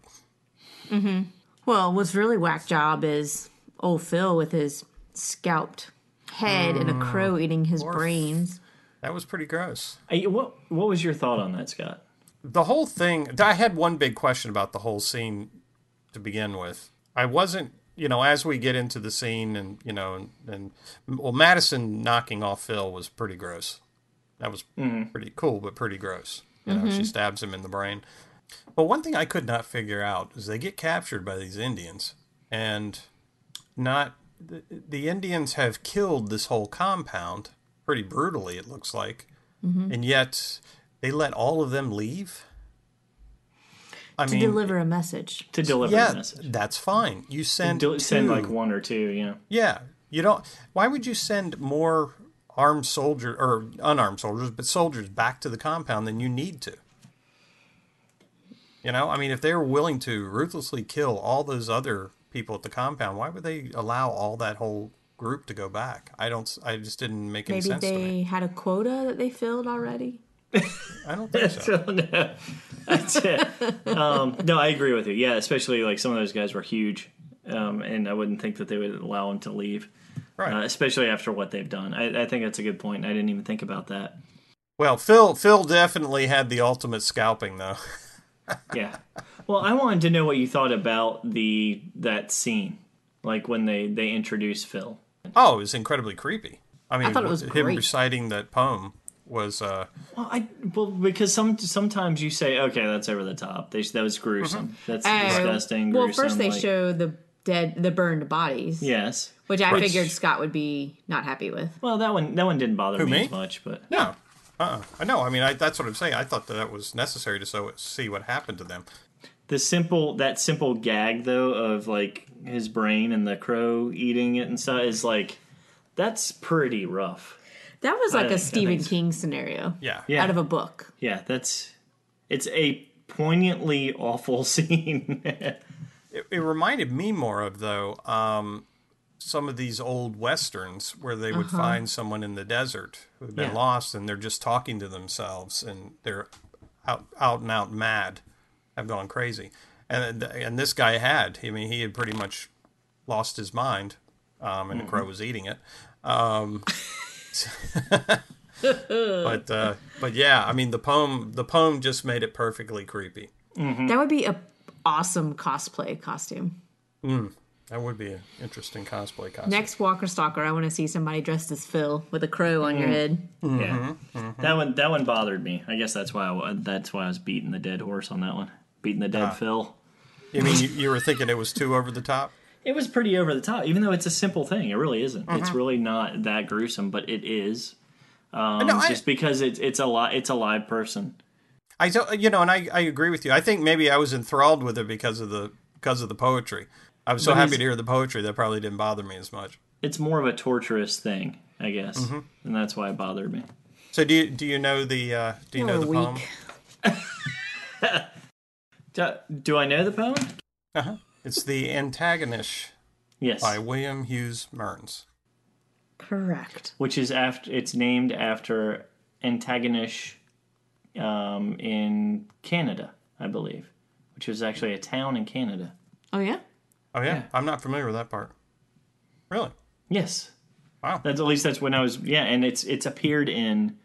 Well, what's really whack job is old Phil with his scalped head and a Mm. crow eating his brains. That was pretty gross. I, what What was your thought on that, Scott? The whole thing. I had one big question about the whole scene to begin with. I wasn't, you know, as we get into the scene and you know, and, and well, Madison knocking off Phil was pretty gross. That was Mm-hmm. pretty cool, but pretty gross. You know, she stabs him in the brain. Well, one thing I could not figure out is they get captured by these Indians, and not the, the Indians have killed this whole compound pretty brutally. It looks like, Mm-hmm. and yet they let all of them leave. I To deliver a message. To deliver yeah, the message. that's fine. You send Del- send two. like one or two. Yeah. yeah. You don't. Why would you send more armed soldier or unarmed soldiers, but soldiers back to the compound than you need to? You know, I mean, if they were willing to ruthlessly kill all those other people at the compound, why would they allow all that whole group to go back? I don't. s- I just didn't make any Maybe sense to me. they had a quota that they filled already. I don't think so. no. That's it. um, no, I agree with you. Yeah, especially like some of those guys were huge, um, and I wouldn't think that they would allow them to leave, Right. uh, especially after what they've done. I, I think that's a good point. I didn't even think about that. Well, Phil. Phil definitely had the ultimate scalping, though. Yeah. Well, I wanted to know what you thought about the that scene, like when they they introduced Phil. Oh, it was incredibly creepy. I mean, thought it was him great. reciting that poem was. uh Well, I well because some sometimes you say okay that's over the top. They, that was gruesome. That's disgusting. well, gruesome, first they like- show the dead, the burned bodies, Yes. which I figured Scott would be not happy with. Well, that one that one didn't bother me, me? as much, but No. Uh-uh. I know. I mean, I, that's what I'm saying. I thought that, that was necessary to so, see what happened to them. the simple that simple gag though of like his brain and the crow eating it and stuff is like that's pretty rough. That was I like a think- I Stephen think so. King scenario Yeah. Yeah. out of a book. Yeah, that's it's a poignantly awful scene. It, it reminded me more of, though, um, some of these old westerns where they would find someone in the desert who had been Yeah. lost and they're just talking to themselves and they're out, out and out mad, have gone crazy. And, and this guy had. I mean, he had pretty much lost his mind um, and the crow was eating it. Um, but uh, but yeah, I mean the poem the poem just made it perfectly creepy. Mm-hmm. That would be a awesome cosplay costume. That would be an interesting cosplay costume. Next Walker Stalker, I want to see somebody dressed as Phil with a crow on Mm-hmm. your head. Yeah, that one that one bothered me. I guess that's why I, wa- that's why I was beating the dead horse on that one, beating the dead Phil. You mean you, you were thinking it was too over the top? It was pretty over the top, even though it's a simple thing. It really isn't. It's really not that gruesome, but it is. Um, know, I- just because it's it's a li- it's a live person. I don't, you know, and I, I agree with you. I think maybe I was enthralled with it because of the because of the poetry. I was so But happy he's- to hear the poetry that probably didn't bother me as much. It's more of a torturous thing, I guess, and that's why it bothered me. So do you, do you know the uh, do you know Oh, You're the poem? Oh, weak. Do, do I know the poem? Uh-huh. It's the Antagonish Yes, by William Hughes Mearns. Correct. which is after it's named after Antigonish um, in Canada, I believe, which was actually a town in Canada. Oh yeah. Oh yeah, Yeah. I'm not familiar with that part. Really? Yes. Wow. That's at least that's when I was yeah, and it's it's appeared in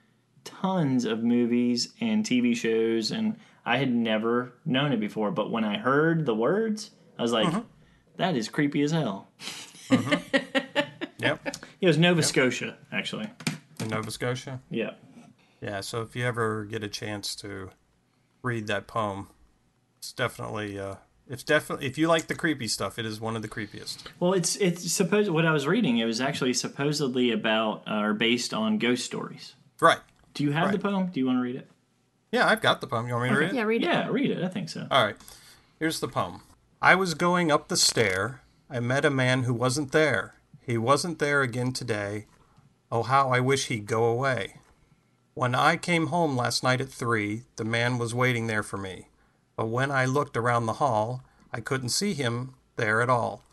tons of movies and TV shows and I had never known it before, but when I heard the words, I was like, "That is creepy as hell. Yep. It was Nova Scotia, actually. In Nova Scotia. Yeah. Yeah, so if you ever get a chance to read that poem, it's definitely uh it's definitely if you like the creepy stuff, it is one of the creepiest. Well, it's it's supposed what I was reading, it was actually supposedly about uh, or based on ghost stories. Right. Do you have the Right. poem? Do you want to read it? Yeah, I've got the poem. You want me to read it? Yeah, read it. Yeah, read it. I think so. All right. Here's the poem. I was going up the stair. I met a man who wasn't there. He wasn't there again today. Oh, how I wish he'd go away. When I came home last night at three, the man was waiting there for me. But when I looked around the hall, I couldn't see him there at all.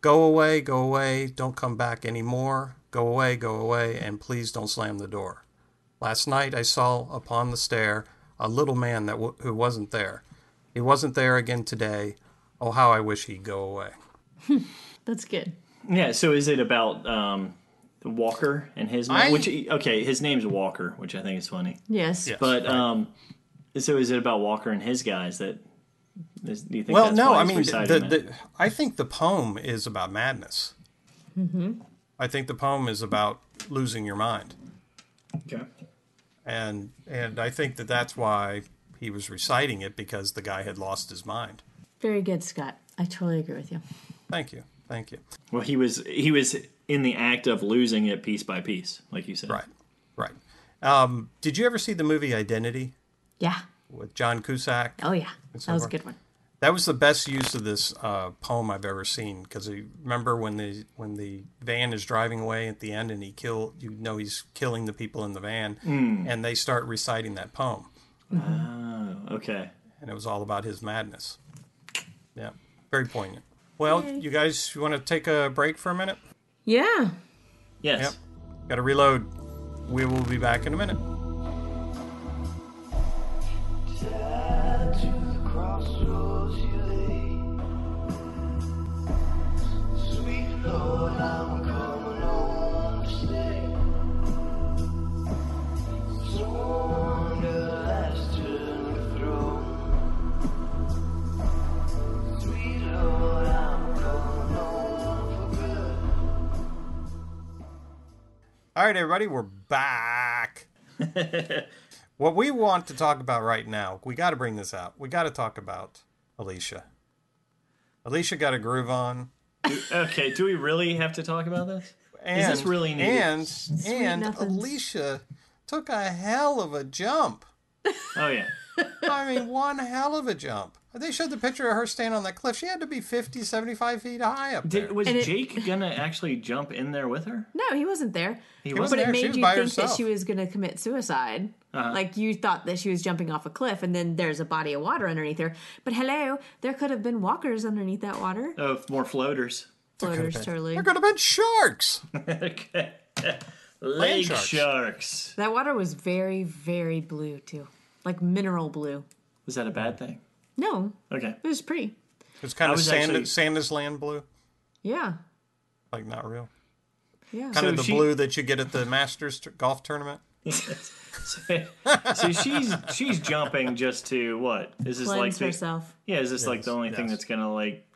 Go away, go away, don't come back any more. Go away, go away, and please don't slam the door. Last night I saw upon the stair a little man that w- who wasn't there. He wasn't there again today. Oh, how I wish he'd go away. That's good. Yeah. So is it about um, Walker and his name? which okay, his name's Walker, which I think is funny. Yes. Yes. But um, so is it about Walker and his guys that? Is, do you think? well, that's no, why I he's mean, reciting the, that? the, I think the poem is about madness. I think the poem is about losing your mind. Okay. and and I think that that's why he was reciting it because the guy had lost his mind. Very good, Scott. I totally agree with you. Thank you, thank you. Well, he was he was in the act of losing it piece by piece, like you said. Right, right. Um, did you ever see the movie Identity Yeah. with John Cusack? Oh yeah. so That was a far. good one. That was the best use of this uh, poem I've ever seen. Because remember when the when the van is driving away at the end, and he kill you know he's killing the people in the van, and they start reciting that poem, Oh, okay. and it was all about his madness. Yeah, very poignant. Well, you guys, you want to take a break for a minute? Yeah. Yes. Yep. Got to reload. We will be back in a minute. All right, everybody, we're back. what we want to talk about right now, we got to bring this out. We got to talk about Alicia. Alicia got a groove on. Okay. Do we really have to talk about this? And, this really needed? And and nothings. Alicia took a hell of a jump. Oh yeah. I mean, one hell of a jump. They showed the picture of her standing on that cliff. She had to be 50, 75 feet high up there. Did, was And it- Jake gonna actually jump in there with her? No, he wasn't there. He wasn't but there. it She made was you by think herself. Uh-huh. that she was going to commit suicide. Like you thought that she was jumping off a cliff, and then there's a body of water underneath her. But hello, there could have been walkers underneath that water. Oh, more floaters. Floaters, totally. There could have been sharks. Lake sharks. sharks. That water was very, very blue too, like mineral blue. Was that a bad thing? No, Okay. it was pretty. It's kind I of was sand, actually- sandus land blue, Yeah, like not real. yeah. Kind So of the she- blue that you get at the Masters t- golf tournament. so, so she's she's jumping just to what? Is this like Cleanse the, herself. yeah? Is this like the only thing yes. that's gonna like?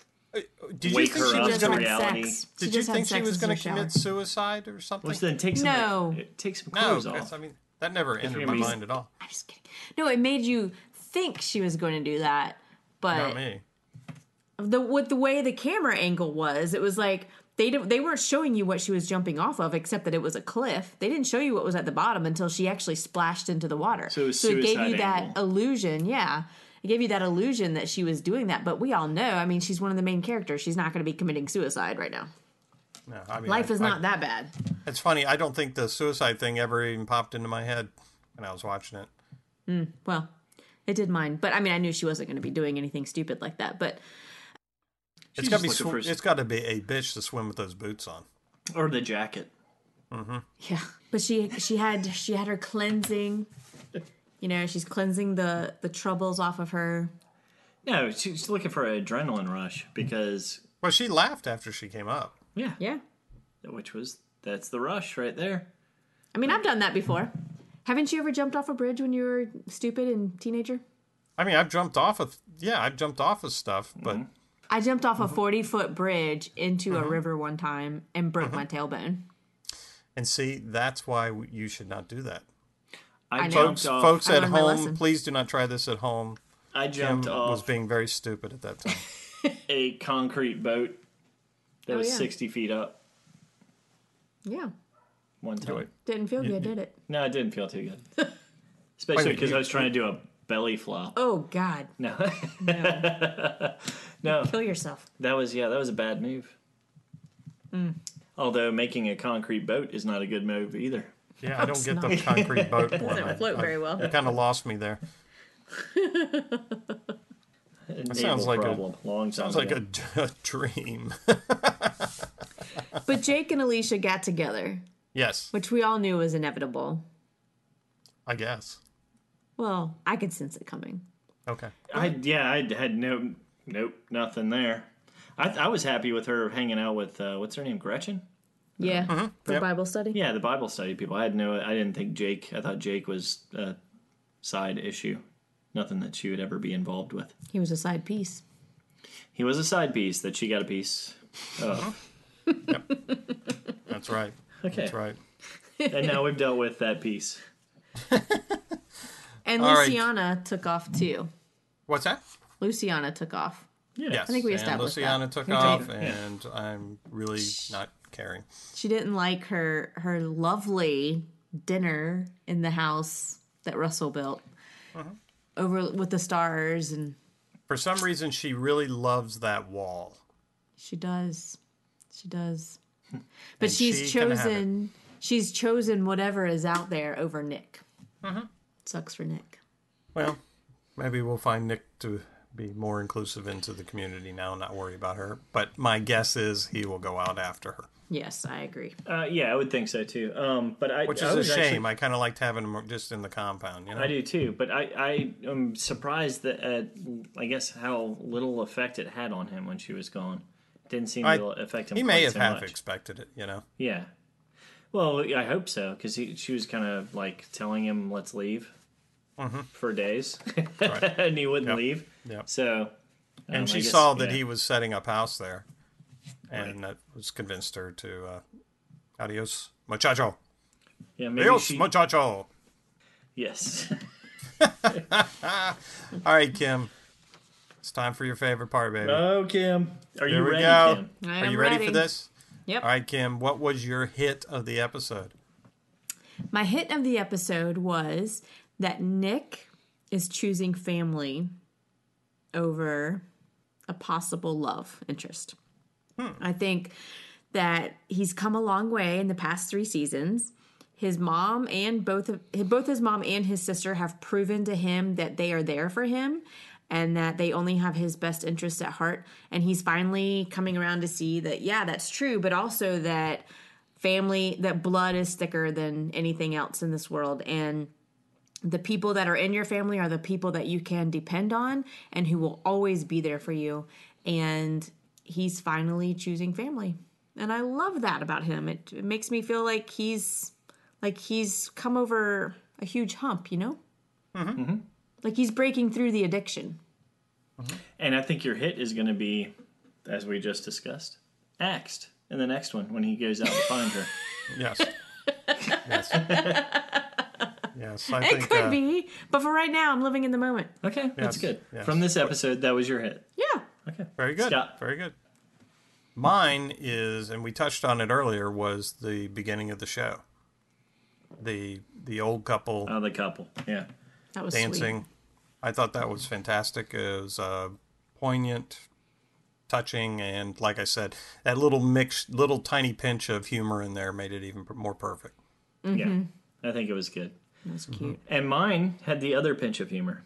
Did Wake you think her she up was to going had to? reality. sex. Did you just had think she sex was in the going to commit shower. suicide or something? Which then take some No. like, take some no, clothes that's- off. I mean that never entered you're my amazing. mind at all. I'm just kidding. No, it made you think she was going to do that, but Not me. the with the way the camera angle was, it was like they didn't, they weren't showing you what she was jumping off of, except that it was a cliff. They didn't show you what was at the bottom until she actually splashed into the water. So it was it gave suicide you that angle. illusion, yeah. It gave you that illusion that she was doing that, but we all know. I mean, she's one of the main characters. She's not going to be committing suicide right now. No, I mean Life I- is I- not that bad. It's funny. I don't think the suicide thing ever even popped into my head when I was watching it. Well, it did mine, but I mean, I knew she wasn't going to be doing anything stupid like that. But It's got to be. just looking Sw- for- it's got to be a bitch to swim with those boots on. or the jacket. Yeah, but she she had she had her cleansing. You know, she's cleansing the the troubles off of her. No, she's looking for an adrenaline rush because Well, she laughed after she came up. yeah, Yeah, which was that's the rush right there. I mean, I've done that before. Haven't you ever jumped off a bridge when you were stupid and teenager? I mean, I've jumped off of yeah, I've jumped off of stuff, but I jumped off a forty foot bridge into a river one time and broke my tailbone. and see, that's why w- you should not do that. I, know. jumped folks, off. folks I at learned my home, lesson. please do not try this at home. I Kim jumped was off being very stupid at that time. a concrete boat that was yeah. sixty feet up Yeah, one time. didn't feel good, did it? No, it didn't feel too good, Wait a especially minute, because you- I was trying to do a belly flop. Oh God, No, no, kill yourself. that was yeah, that was a bad move. Although making a concrete boat is not a good move either. Yeah, I don't get the concrete boat one. Doesn't I- float I- very well. It kind of lost me there. That sounds like a- long time Sounds like ago. a, d- a dream. But Jake and Alicia got together, yes, which we all knew was inevitable. I guess. Well, I could sense it coming. Okay. I yeah, I had no nope nothing there. I I was happy with her hanging out with uh, what's her name Gretchen. Yeah. For Yep. Bible study. Yeah, the Bible study people. I had no. I didn't think Jake. I thought Jake was a side issue. Nothing that she would ever be involved with. He was a side piece. He was a side piece that she got a piece of. That's right. Okay. That's right. and now we've dealt with that piece. And All right. Luciana took off too. What's that? Luciana took off. Yeah. Yes. I think we and established Luciana that. took We did. off, and I'm really not caring. She didn't like her her lovely dinner in the house that Russell built. Uh-huh. Over with the stars and For some reason, she really loves that wall. She does. She does. But she's Hmm. she can have it. chosen. She's chosen whatever is out there over Nick. Uh-huh. Sucks for Nick. Well, maybe we'll find Nick to be more inclusive into the community now, and not worry about her. But my guess is he will go out after her, Yes, I agree. Uh, yeah, I would think so too. Um, but I which I is a was shame. actually- I kind of liked having him just in the compound, you know. I do too, but I, I am surprised that at, I guess how little effect it had on him when she was gone. Didn't seem I- to affect him. He quite may have so half much. expected it, you know. Yeah. Well, I hope so because she was kind of like telling him, "Let's leave." Mm-hmm. For days, and he wouldn't leave. Yep. So, um, and she I guess- saw that yeah. he was setting up house there, and that was convinced her to uh, adios, muchacho, Yeah, maybe adios, she, muchacho. yes. All right, Kim, it's time for your favorite part, baby. oh, Kim, are Here you we ready, go. Kim? I Are am you ready, for this? Yep. All right, Kim, what was your hit of the episode? My hit of the episode was that Nick is choosing family over a possible love interest. I think that he's come a long way in the past three seasons. His mom and both of both his mom and his sister have proven to him that they are there for him and that they only have his best interests at heart. And he's finally coming around to see that, yeah, that's true, but also that family that blood is thicker than anything else in this world and the people that are in your family are the people that you can depend on and who will always be there for you and he's finally choosing family and i love that about him it, it makes me feel like he's like he's come over a huge hump you know mm-hmm. like he's breaking through the addiction And I think your hit is going to be, as we just discussed, axed in the next one when he goes out to find her. Yes. yes. Yes, I it think could uh, be but for right now i'm living in the moment Okay, that's Yes, good. yes. From this episode, that was your hit. yeah Okay. very good. Scott. Very good. Mine is, and we touched on it earlier, was the beginning of the show. The the old couple Oh, the couple. Yeah. that was dancing. I thought that was fantastic. It was uh, poignant, touching, and like I said, that little mix, little tiny pinch of humor in there made it even p- more perfect. Yeah. I think it was good. sweet that's cute And mine had the other pinch of humor.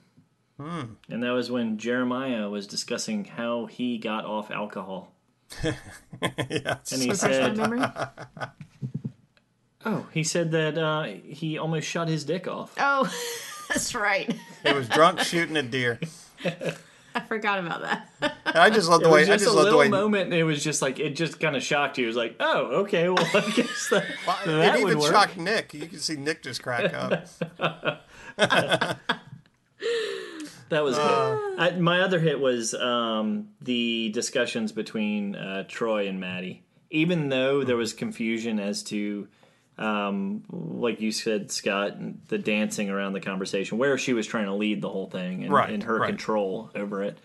And that was when Jeremiah was discussing how he got off alcohol. yes. And refresh he my said, memory oh, he said that uh, he almost shot his dick off. Oh, that's right. He was drunk shooting a deer. I forgot about that. I just love the It way. was I just just a love the little way. moment. It was just like, it just kind of shocked you. It was like, oh, okay, well, I guess that, Well, that it would even work. shocked Nick. You can see Nick just crack up. That was good. Uh. I, my other hit was um, the discussions between uh, Troy and Maddie. Even though there was confusion as to, um, like you said, Scott, and the dancing around the conversation, where she was trying to lead the whole thing and, Right, and her right. control over it.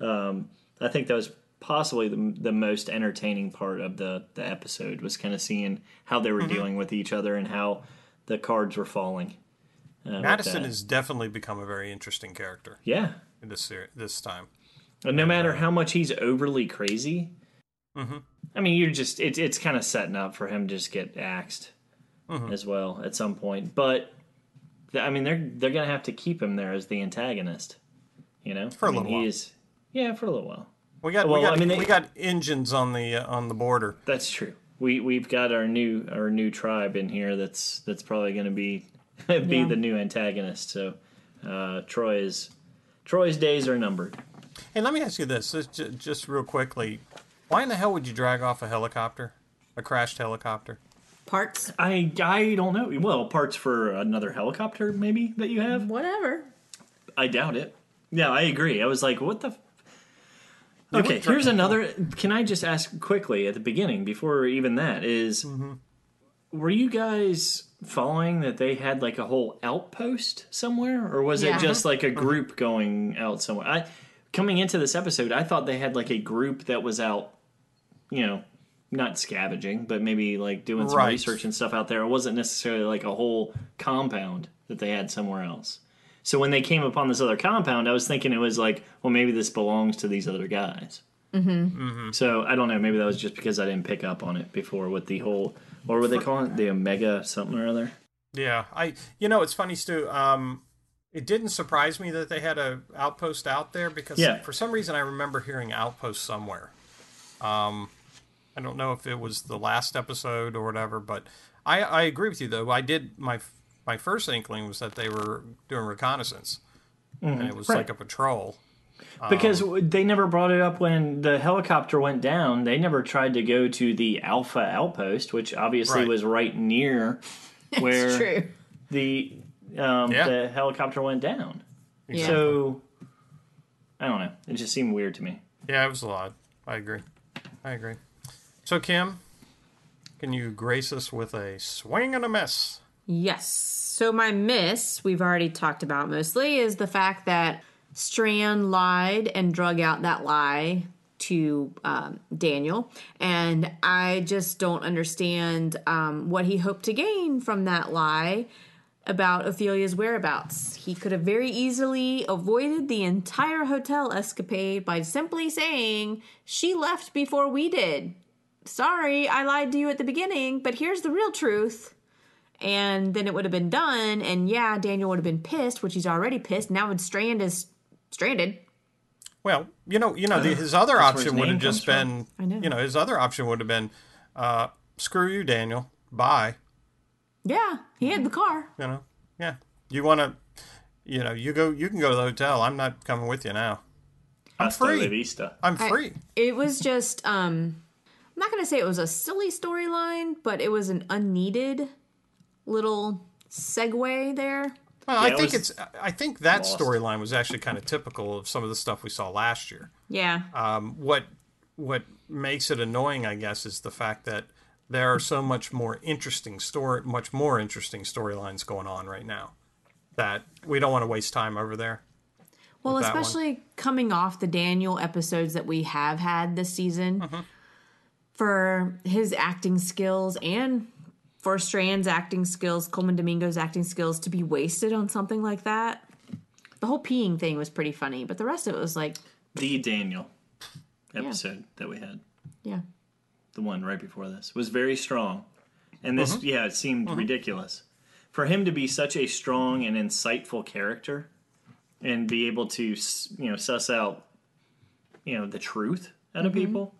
Um, I think that was possibly the, the most entertaining part of the, the episode was kind of seeing how they were Mm-hmm. dealing with each other and how the cards were falling. uh, with Madison that. has definitely become a very interesting character Yeah. in this ser- this time. And no matter how much he's overly Mm-hmm. crazy, I mean, you're just it's it's kind of setting up for him to just get axed. Mm-hmm. as well at some point. But th- I mean, they're they're gonna have to keep him there as the antagonist. You know, For a I mean, little he while. is- yeah, for a little while. We got Well, we got I mean, they- we got engines on the uh, on the border. That's true. We we've got our new our new tribe in here. That's that's probably going to be be Yeah. the new antagonist. So uh, Troy's Troy's days are numbered. Hey, let me ask you this, this ju- just real quickly. Why in the hell would you drag off a helicopter, a crashed helicopter? Parts? I I don't know. Well, parts for another helicopter maybe that you have. Whatever. I doubt it. Yeah, I agree. I was like, what the. F- would okay, try- here's another. Can I just ask quickly at the beginning, before even that, is were you guys following that they had like a whole outpost somewhere, or was Yeah. it just like a group going out somewhere? I coming into this episode, I thought they had like a group that was out, you know, not scavenging, but maybe like doing some Right. research and stuff out there. It wasn't necessarily like a whole compound that they had somewhere else. So when they came upon this other compound, I was thinking it was like, well, maybe this belongs to these other guys. Mm-hmm. So I don't know. Maybe that was just because I didn't pick up on it before with the whole, what were they calling it? The Omega something or other. Yeah, I you know it's funny, Stu. Um, it didn't surprise me that they had a outpost out there because Yeah. for some reason I remember hearing outpost somewhere. Um, I don't know if it was the last episode or whatever, but I I agree with you though. I did my my first inkling was that they were doing reconnaissance, and it was Mm-hmm. right. like a patrol. Oh. Because w they never brought it up when the helicopter went down. They never tried to go to the Alpha Outpost, which obviously Right. was right near where It's true. the um, Yeah. the helicopter went down. Yeah. So I don't know. It just seemed weird to me. Yeah, it was a lot. I agree. I agree. So Kim, can you grace us with a swing and a miss? Yes. So my miss, we've already talked about mostly, is the fact that Strand lied and drug out that lie to um, Daniel, and I just don't understand um, what he hoped to gain from that lie about Ophelia's whereabouts. He could have very easily avoided the entire hotel escapade by simply saying, "She left before we did." Sorry, I lied to you at the beginning, but here's the real truth and then it would have been done. And yeah, Daniel would have been pissed, which he's already pissed. Now when Strand is stranded, Well, you know, you know, the, his other where option his would have name just comes been, I know. you know, his other option would have been, uh, screw you, Daniel. Bye. yeah, he had the car. You know, yeah. You want to, you know, you go, you can go to the hotel. I'm not coming with you now. I'm Hasta la free. vista. I'm free. It was just, um, I'm not gonna say it was a silly storyline, but it was an unneeded little segue there. Yeah, Well, I it think was it's, I think that lost. storyline was actually kind of typical of some of the stuff we saw last year. Yeah, Um, what, what makes it annoying, I guess, is the fact that there are so much more interesting story, much more interesting storylines going on right now that we don't want to waste time over there. Well, with that one. especially coming off the Daniel episodes that we have had this season Mm-hmm. for his acting skills and for Strand's acting skills, Coleman Domingo's acting skills to be wasted on something like that. The whole peeing thing was pretty funny, but the rest of it was like, The Daniel episode that we had, yeah. the one right before this, was very strong. And this, yeah, it seemed ridiculous. For him to be such a strong and insightful character and be able to, s- you know, suss out, you know, the truth out of people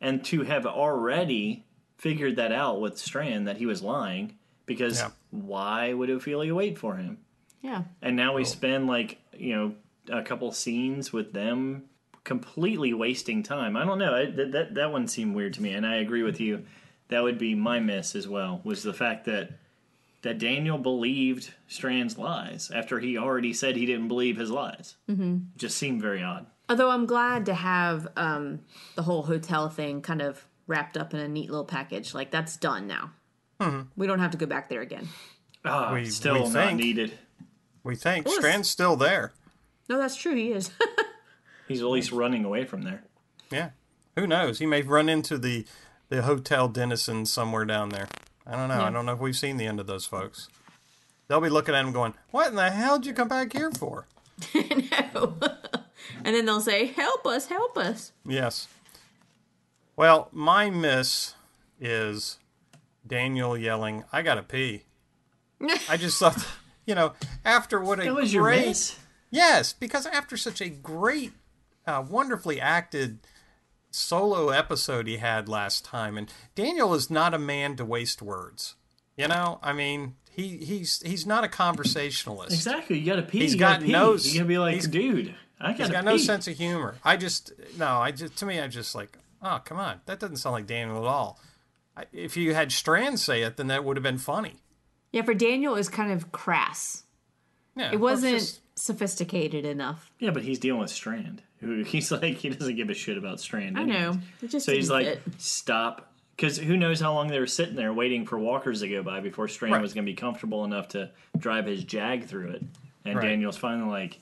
and to have already figured that out with Strand that he was lying because Yeah. why would Ophelia wait for him? Yeah. and now Oh. we spend like you know a couple scenes with them completely wasting time i don't know I, that, that that one seemed weird to me and i agree with you that would be my miss as well was the fact that that daniel believed strand's lies after he already said he didn't believe his lies mm-hmm. just seemed very odd Although I'm glad to have um, the whole hotel thing kind of wrapped up in a neat little package. Like, that's done now. Mm-hmm. We don't have to go back there again. ah, We- still we not think. needed We think Strand's still there. No, that's true. He is. he's at least running away from there Yeah. Who knows? He may run into the the hotel denizen somewhere down there. I don't know. I don't know if we've seen the end of those folks. They'll be looking at him going, What in the hell did you come back here for? And then they'll say, "Help us, help us." Yes. Well, my miss is Daniel yelling, "I gotta pee." I just thought, you know, after what a That was great your miss? yes, because after such a great, uh, wonderfully acted solo episode he had last time, and Daniel is not a man to waste words. You know, I mean, he he's he's not a conversationalist. Exactly. You gotta pee. He's you gotta got pee. no- You gotta be like, he's- dude, I gotta He's got pee. no sense of humor. I just no. I just to me, I just like oh come on, that doesn't sound like Daniel at all. I, if you had Strand say it, then that would have been funny. Yeah, for Daniel is kind of crass. Yeah, It well, it's wasn't just- sophisticated enough. Yeah, but he's dealing with Strand. Who he's like, he doesn't give a shit about Strand. I anyways. know. It just So he's didn't like, fit. stop. Because who knows how long they were sitting there waiting for walkers to go by before Strand Right. was going to be comfortable enough to drive his jag through it. And Right. Daniel's finally like,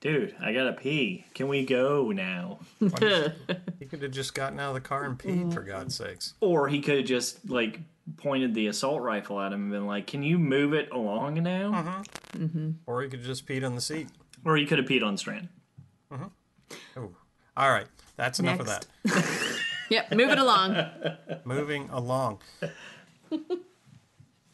dude, I got to pee. Can we go now? he could have just gotten out of the car and peed for God's sakes. Or he could have just like pointed the assault rifle at him and been like, can you move it along now? Mm-hmm. Or he could have just peed on the seat. Or he could have peed on Strand. Oh, all right, that's enough Next. of Yep, move it along. that. Moving along.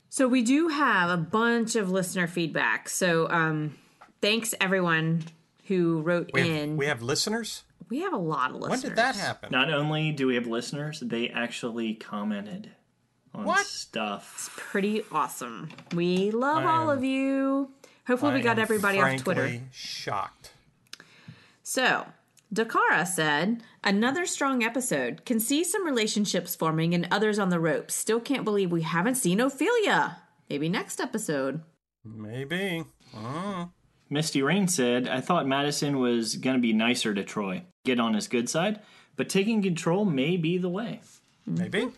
So we do have a bunch of listener feedback. So um, thanks everyone who wrote We have, in. we have listeners. We have a lot of listeners. When did that happen? Not only do we have listeners, they actually commented on What? stuff. Pretty awesome. We love I all am- of you. Hopefully, we I got am everybody off Twitter. frankly Shocked. So, Dakara said, another strong episode. Can see some relationships forming and others on the ropes. Still can't believe we haven't seen Ophelia. Maybe next episode. Maybe. Mm. Misty Rain said, I thought Madison was going to be nicer to Troy, get on his good side, but taking control may be the way. Maybe. Mm-hmm.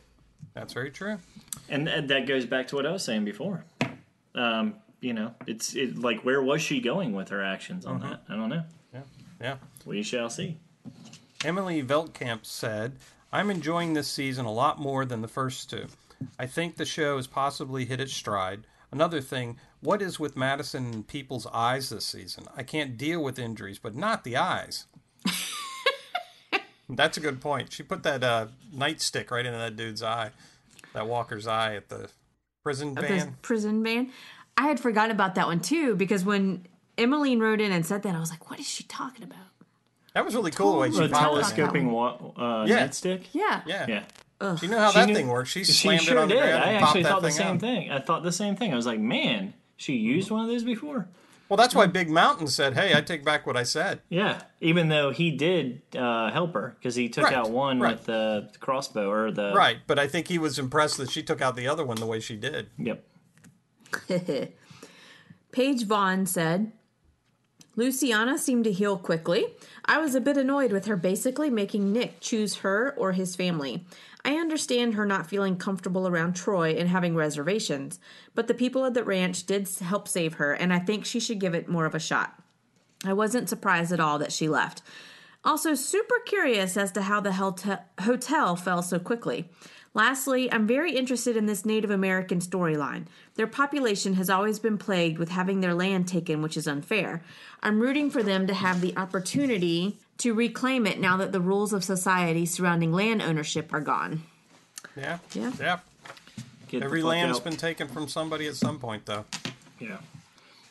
That's very true. And th- that goes back to what I was saying before. Um, you know, it's it, like, where was she going with her actions on Mm-hmm. that? I don't know. Yeah. Yeah. We shall see. Emily Veltkamp said, I'm enjoying this season a lot more than the first two. I think the show has possibly hit its stride. Another thing, what is with Madison and people's eyes this season? I can't deal with injuries, but not the eyes. That's a good point. She put that uh, nightstick right into that dude's eye, that walker's eye at the prison This van. prison van. I had forgotten about that one too because when Emmeline wrote in and said that, I was like, what is she talking about? That was really cool. the way she The popped that. telescoping wa- uh, Yeah. net stick. Yeah. Yeah. She knew how She that knew- thing works. She, She slammed sure it on the did. ground I and actually popped that thought the thing same out. thing. I thought the same thing. I was like, man, she Mm-hmm. used one of those before. Well, that's Mm-hmm. why Big Mountain said, "Hey, I take back what I said." Yeah, even though he did uh, help her because he took Right, out one right. with the crossbow or the Right, but I think he was impressed that she took out the other one the way she did. Yep. Paige Vaughn said, Luciana seemed to heal quickly. I was a bit annoyed with her basically making Nick choose her or his family. I understand her not feeling comfortable around Troy and having reservations, but the people at the ranch did s- help save her, and I think she should give it more of a shot. I wasn't surprised at all that she left. Also, super curious as to how the hotel, hotel fell so quickly. Lastly, I'm very interested in this Native American storyline. Their population has always been plagued with having their land taken, which is unfair. I'm rooting for them to have the opportunity to reclaim it now that the rules of society surrounding land ownership are gone. Yeah, Yeah. yeah. Get the Every fuck lamb's out. been taken from somebody at some point, though. Yeah.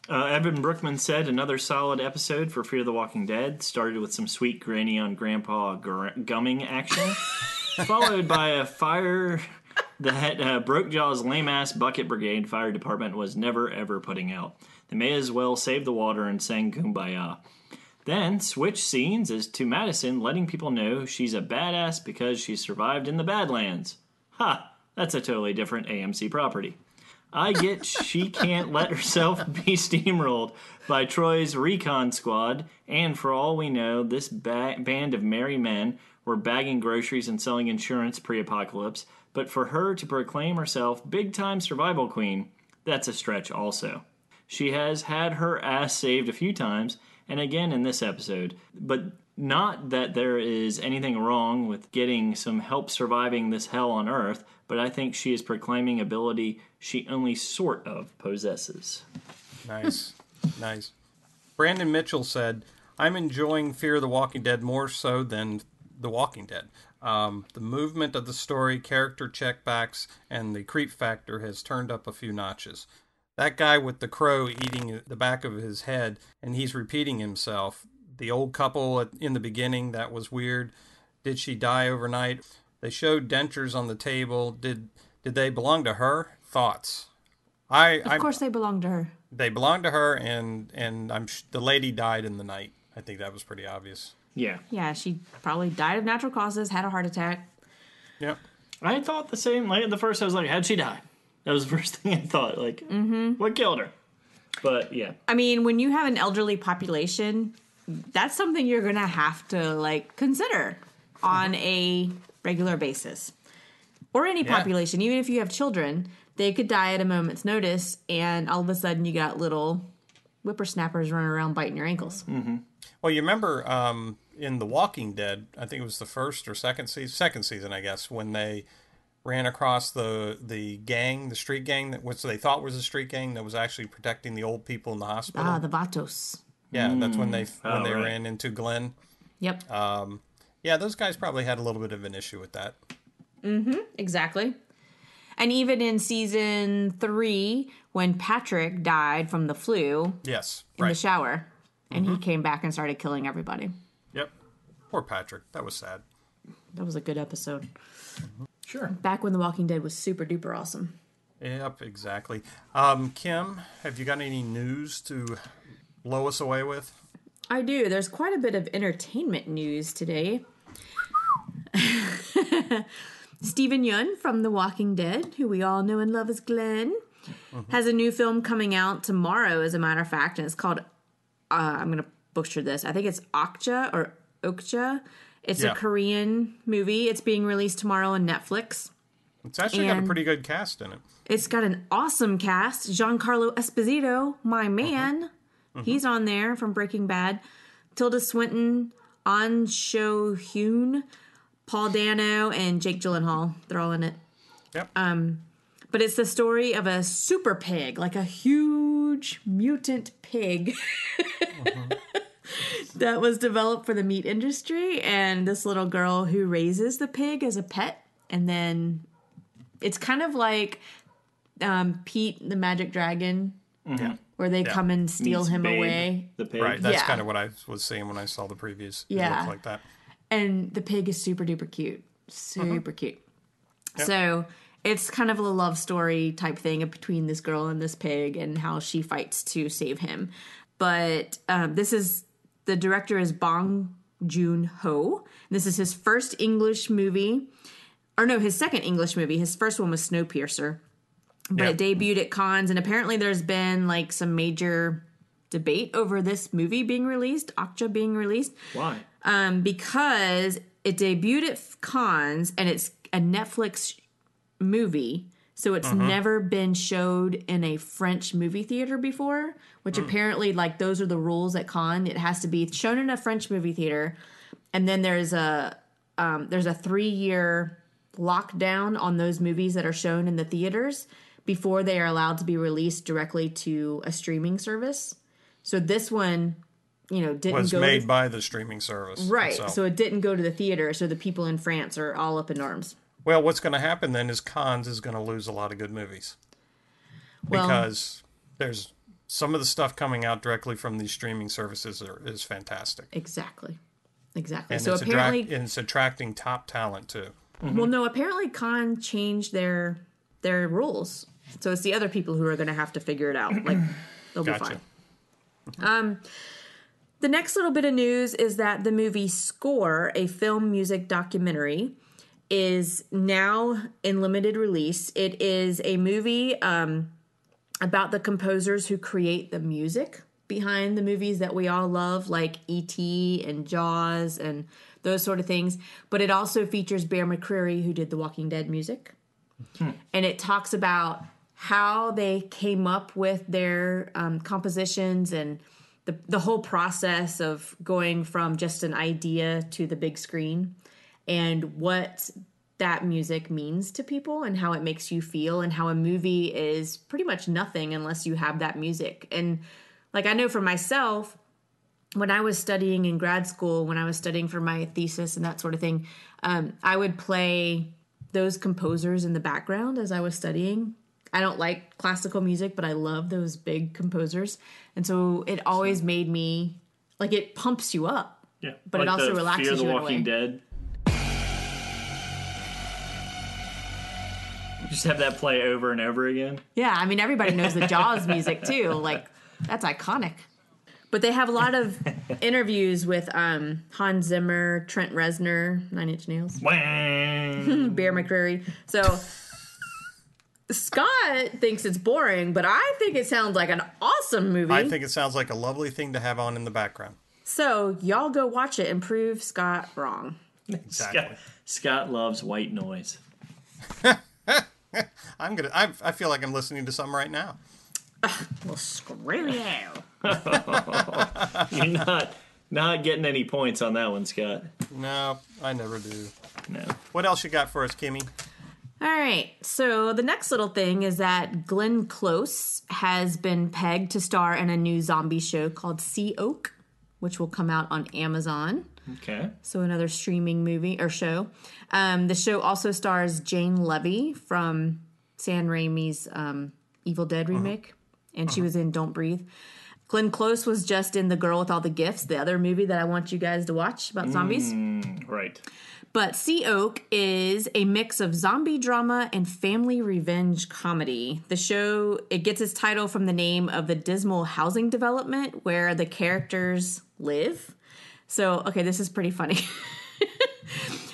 Uh, Evan Brookman said another solid episode for Fear the Walking Dead started with some sweet granny on grandpa gr- gumming action, followed by a fire that uh, Brokejaw's lame ass bucket brigade fire department was never ever putting out. They may as well save the water and sang kumbaya. Then switch scenes is to Madison letting people know she's a badass because she survived in the Badlands. Ha! That's a totally different AMC property. I get she can't let herself be steamrolled by Troy's recon squad, and for all we know, this ba- band of merry men were bagging groceries and selling insurance pre apocalypse, but for her to proclaim herself big time survival queen, that's a stretch also. She has had her ass saved a few times, and again in this episode, but not that there is anything wrong with getting some help surviving this hell on earth, but I think she is proclaiming ability she only sort of possesses. Nice, nice. Brandon Mitchell said, "I'm enjoying Fear the Walking Dead more so than The Walking Dead. Um, the movement of the story, character checkbacks, and the creep factor has turned up a few notches. That guy with the crow eating the back of his head, and he's repeating himself. The old couple at- in the beginning, that was weird. Did she die overnight? They showed dentures on the table. Did did they belong to her? Thoughts. I Of I, course, they belong to her. they belonged to her, and and I'm sh- the lady died in the night. I think that was pretty obvious. Yeah. Yeah, she probably died of natural causes, had a heart attack. Yep. I thought the same. Like at the first, I was like, "How'd she die?" That was the first thing I thought. Like, Mm-hmm. what killed her? But yeah, I mean, when you have an elderly population, that's something you're going to have to like consider on a regular basis. Or any Yeah. population, even if you have children, they could die at a moment's notice and all of a sudden you got little whippersnappers running around biting your ankles. Mm. Well, you remember um, in The Walking Dead, I think it was the first or second season, second season, I guess, when they ran across the the gang, the street gang that which they thought was a street gang that was actually protecting the old people in the hospital. Ah, the Vatos. yeah, that's when they when Oh, they right. ran into Glenn. Yep. Ah. Yeah, those guys probably had a little bit of an issue with that. Exactly. And even in season three, when Patrick died from the flu Yes, in the right. Mm-hmm. shower, and he came back and started killing everybody. yep. Poor Patrick. That was sad. That was a good episode. sure. Back when The Walking Dead was super duper awesome. Yep, exactly. Um, Kim, have you got any news to blow us away with? I do. There's quite a bit of entertainment news today. Stephen Yun from The Walking Dead, who we all know and love as Glenn, has a new film coming out tomorrow, as a matter of fact, and it's called. Uh, I'm gonna butcher this. I think it's Okja or Okja. It's Yeah. a Korean movie. It's being released tomorrow on Netflix. It's actually got a And- pretty good cast in it. It's got an awesome cast. Giancarlo Esposito, my man, he's on there from Breaking Bad. Tilda Swinton, Ansho Hyun, Paul Dano, and Jake Gyllenhaal. They're all in it. Yep. Um, But it's the story of a super pig, like a huge mutant pig that was developed for the meat industry. And this little girl who raises the pig as a pet. And then it's kind of like um, Pete the Magic Dragon, where they come and steal Meets him Babe, away. The pig. Right, that's Yeah. kind of what I was seeing when I saw the previews. It looked Yeah. like that. and the pig is super duper cute super cute so it's kind of a love story type thing between this girl and this pig and how she fights to save him but um, this is the director is bong joon-ho this is his first english movie or no his second english movie his first one was snowpiercer but it debuted at cons and apparently there's been like some major debate over this movie being released okja being released Why? um, because it debuted at cons and it's a Netflix movie, so it's Mm-hmm. never been showed in a French movie theater before. Which Mm. apparently, like those are the rules at con. It has to be shown in a French movie theater, and then there's a um, there's a three year lockdown on those movies that are shown in the theaters before they are allowed to be released directly to a streaming service. So this one, you know, didn't Was go to made by the streaming service. Right. So. itself. it didn't go to the theater, so the people in France are all up in arms. well, what's going to happen then is Cons is going to lose a lot of good movies Well, because there's some of the stuff coming out directly from these streaming services are, is fantastic. exactly. Exactly. And, so it's apparently, attract, and it's attracting top talent too. well, no, apparently Khan changed their their rules. So it's the other people who are going to have to figure it out. Like they'll be Gotcha. fine. The next little bit of news is that the movie Score, a film music documentary, is now in limited release. It is a movie um, about the composers who create the music behind the movies that we all love, like E.T. and Jaws and those sort of things. But it also features Bear McCreary, who did the Walking Dead music. And it talks about how they came up with their um, compositions and the, the whole process of going from just an idea to the big screen and what that music means to people and how it makes you feel and how a movie is pretty much nothing unless you have that music. And like I know for myself, when I was studying in grad school, when I was studying for my thesis and that sort of thing, um, I would play those composers in the background as I was studying. I don't like classical music, but I love those big composers. And so it always made me like it pumps you up. Yeah, But it Like also the relaxes Fear the you in a Walking way. Dead. Just have that play over and over again. Yeah, I mean everybody knows the Jaws music too. Like that's iconic. But they have a lot of interviews with um, Hans Zimmer, Trent Reznor, Nine Inch Nails. Wang. Bear McCreary. So Scott thinks it's boring, but I think it sounds like an awesome movie. I think it sounds like a lovely thing to have on in the background. so y'all go watch it and prove Scott wrong. Exactly. Scott loves white noise. I'm gonna. I, I feel like I'm listening to some right now. Well, screw you. You're not not getting any points on that one, Scott. No, I never do. No. What else you got for us, Kimmy? All right. So the next little thing is that Glenn Close has been pegged to star in a new zombie show called Sea Oak, which will come out on Amazon. Okay. so another streaming movie or show. Um, the show also stars Jane Levy from San Raimi's um, Evil Dead remake, and she was in Don't Breathe. Glenn Close was just in The Girl with All the Gifts, the other movie that I want you guys to watch about zombies. Right. But Sea Oak is a mix of zombie drama and family revenge comedy. The show it gets its title from the name of the dismal housing development where the characters live. So, okay, this is pretty funny.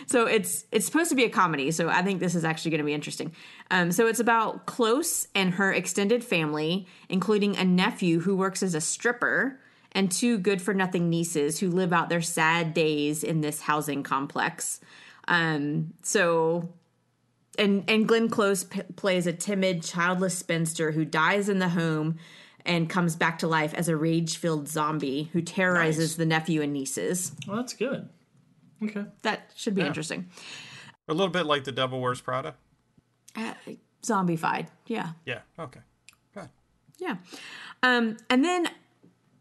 so it's it's supposed to be a comedy so i think this is actually going to be interesting um, so it's about close and her extended family including a nephew who works as a stripper and two good for nothing nieces who live out their sad days in this housing complex um, so and and Glenn Close p- plays a timid, childless spinster who dies in the home and comes back to life as a rage-filled zombie who terrorizes the nephew and nieces. Well, that's good. Okay. That should be interesting. A little bit like the Devil Wears Prada. Uh, zombified. Yeah. Yeah. Okay. Good. Yeah. Um, and then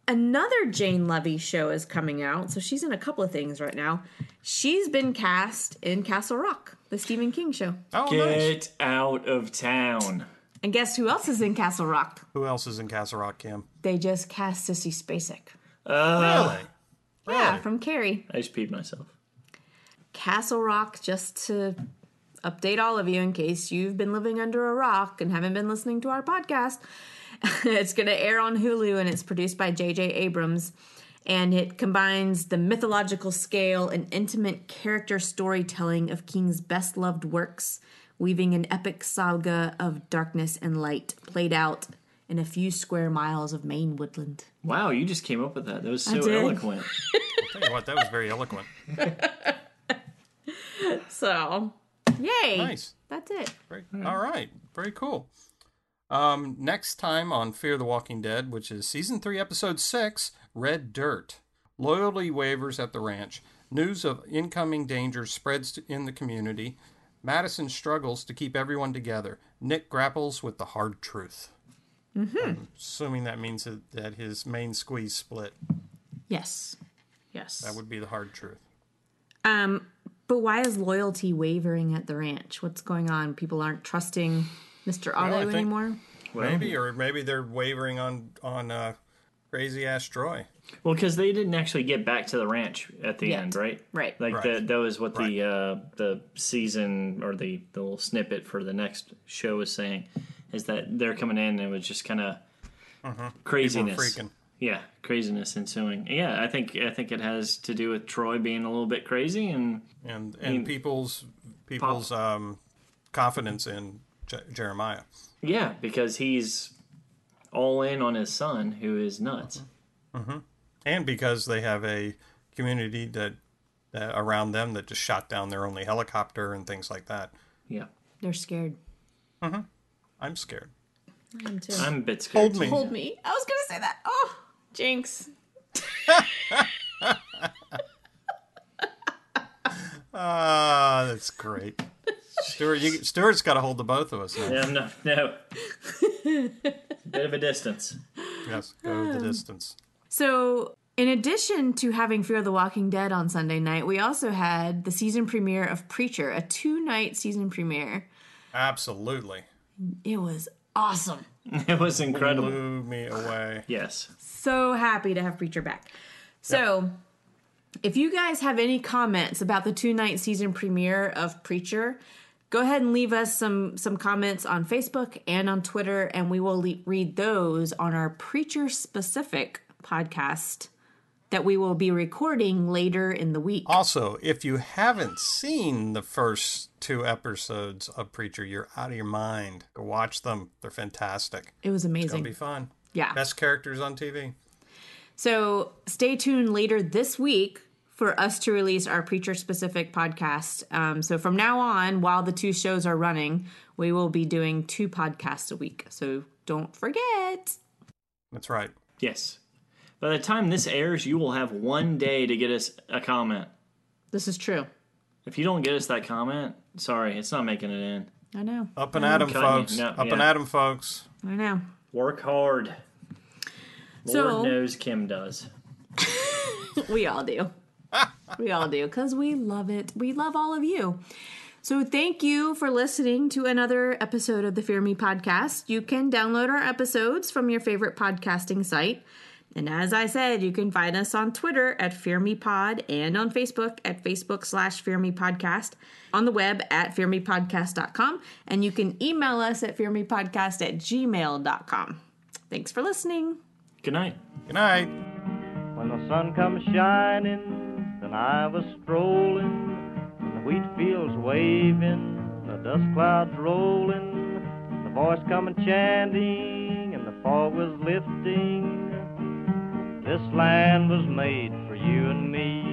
another Jane Levy show is coming out. So she's in a couple of things right now. She's been cast in Castle Rock, the Stephen King show. Oh, nice. Get out of town. And guess who else is in Castle Rock? Who else is in Castle Rock, Kim? They just cast Sissy Spacek. Uh, Really? Yeah, from Carrie. I just peed myself. Castle Rock, just to update all of you in case you've been living under a rock and haven't been listening to our podcast. it's going to air on Hulu and it's produced by J.J. Abrams. And it combines the mythological scale and intimate character storytelling of King's best loved works, weaving an epic saga of darkness and light played out in a few square miles of Maine woodland. Wow, you just came up with that. That was so did. eloquent. Tell you what, that was very eloquent. So, yay! Nice. That's it. Very, All right. Very cool. Um, next time on Fear the Walking Dead, which is season three, episode six, Red Dirt. Loyalty wavers at the ranch. News of incoming danger spreads to, in the community. Madison struggles to keep everyone together. Nick grapples with the hard truth. I'm assuming that means that, that his main squeeze split. Yes. Yes. That would be the hard truth. Um, but why is loyalty wavering at the ranch? What's going on? People aren't trusting Mr. Otto I think- anymore. Maybe, or maybe they're wavering on on uh, crazy ass Troy. Well, because they didn't actually get back to the ranch at the Yet. end, right? Right. Like Right. that. That was what the uh, the season or the the little snippet for the next show was saying, is that they're coming in and it was just kind of Mm-hmm. People craziness. freaking. Yeah, craziness ensuing. Yeah, I think I think it has to do with Troy being a little bit crazy and and and people's people's um, confidence in Je- Jeremiah. yeah, because he's all in on his son who is nuts. Mm-hmm. and because they have a community that uh, around them that just shot down their only helicopter and things like that. Yeah, They're scared. I'm scared. I am too. I'm a bit scared. Hold me. Hold me. I was gonna say that. Oh, Jinx. Ah, that's great. Stuart, you, Stuart's got to hold the both of us. Now. Yeah, no, no. bit of a distance. Yes, go the distance. So In addition to having Fear the Walking Dead on Sunday night, we also had the season premiere of Preacher, a two night season premiere. Absolutely. It was awesome. It was incredible. Blew me away. Yes. So happy to have Preacher back. So, if you guys have any comments about the two night season premiere of Preacher, go ahead and leave us some some comments on Facebook and on Twitter, and we will le- read those on our Preacher specific podcast that we will be recording later in the week. Also, if you haven't seen the first two episodes of Preacher, you're out of your mind. Go watch them. They're fantastic. It was It's going to be amazing. fun. Yeah. Best characters on TV. So stay tuned later this week for us to release our preacher specific podcast. Um, so from now on, while the two shows are running, we will be doing two podcasts a week. So don't forget. That's right. Yes. By the time this airs, you will have one day to get us a comment. This is true. If you don't get us that comment, sorry, it's not making it in. I know. Up and at 'em, cutting Mm, it. folks. No, Up yeah. and at 'em, folks. I know. Work hard. So- Lord knows Kim does. We all do. we all do because we love it. We love all of you. So, thank you for listening to another episode of the Fear Me podcast. You can download our episodes from your favorite podcasting site. And as I said, you can find us on Twitter at Fear Me Pod and on Facebook at Facebook slash Fear Me Podcast, on the web at fearmepodcast.com, and you can email us at fearmepodcast at gmail.com. Thanks for listening. Good night. Good night. When the sun comes shining, and I was strolling, and the wheat fields waving, the dust clouds rolling, and the voice coming chanting, and the fog was lifting. This land was made for you and me.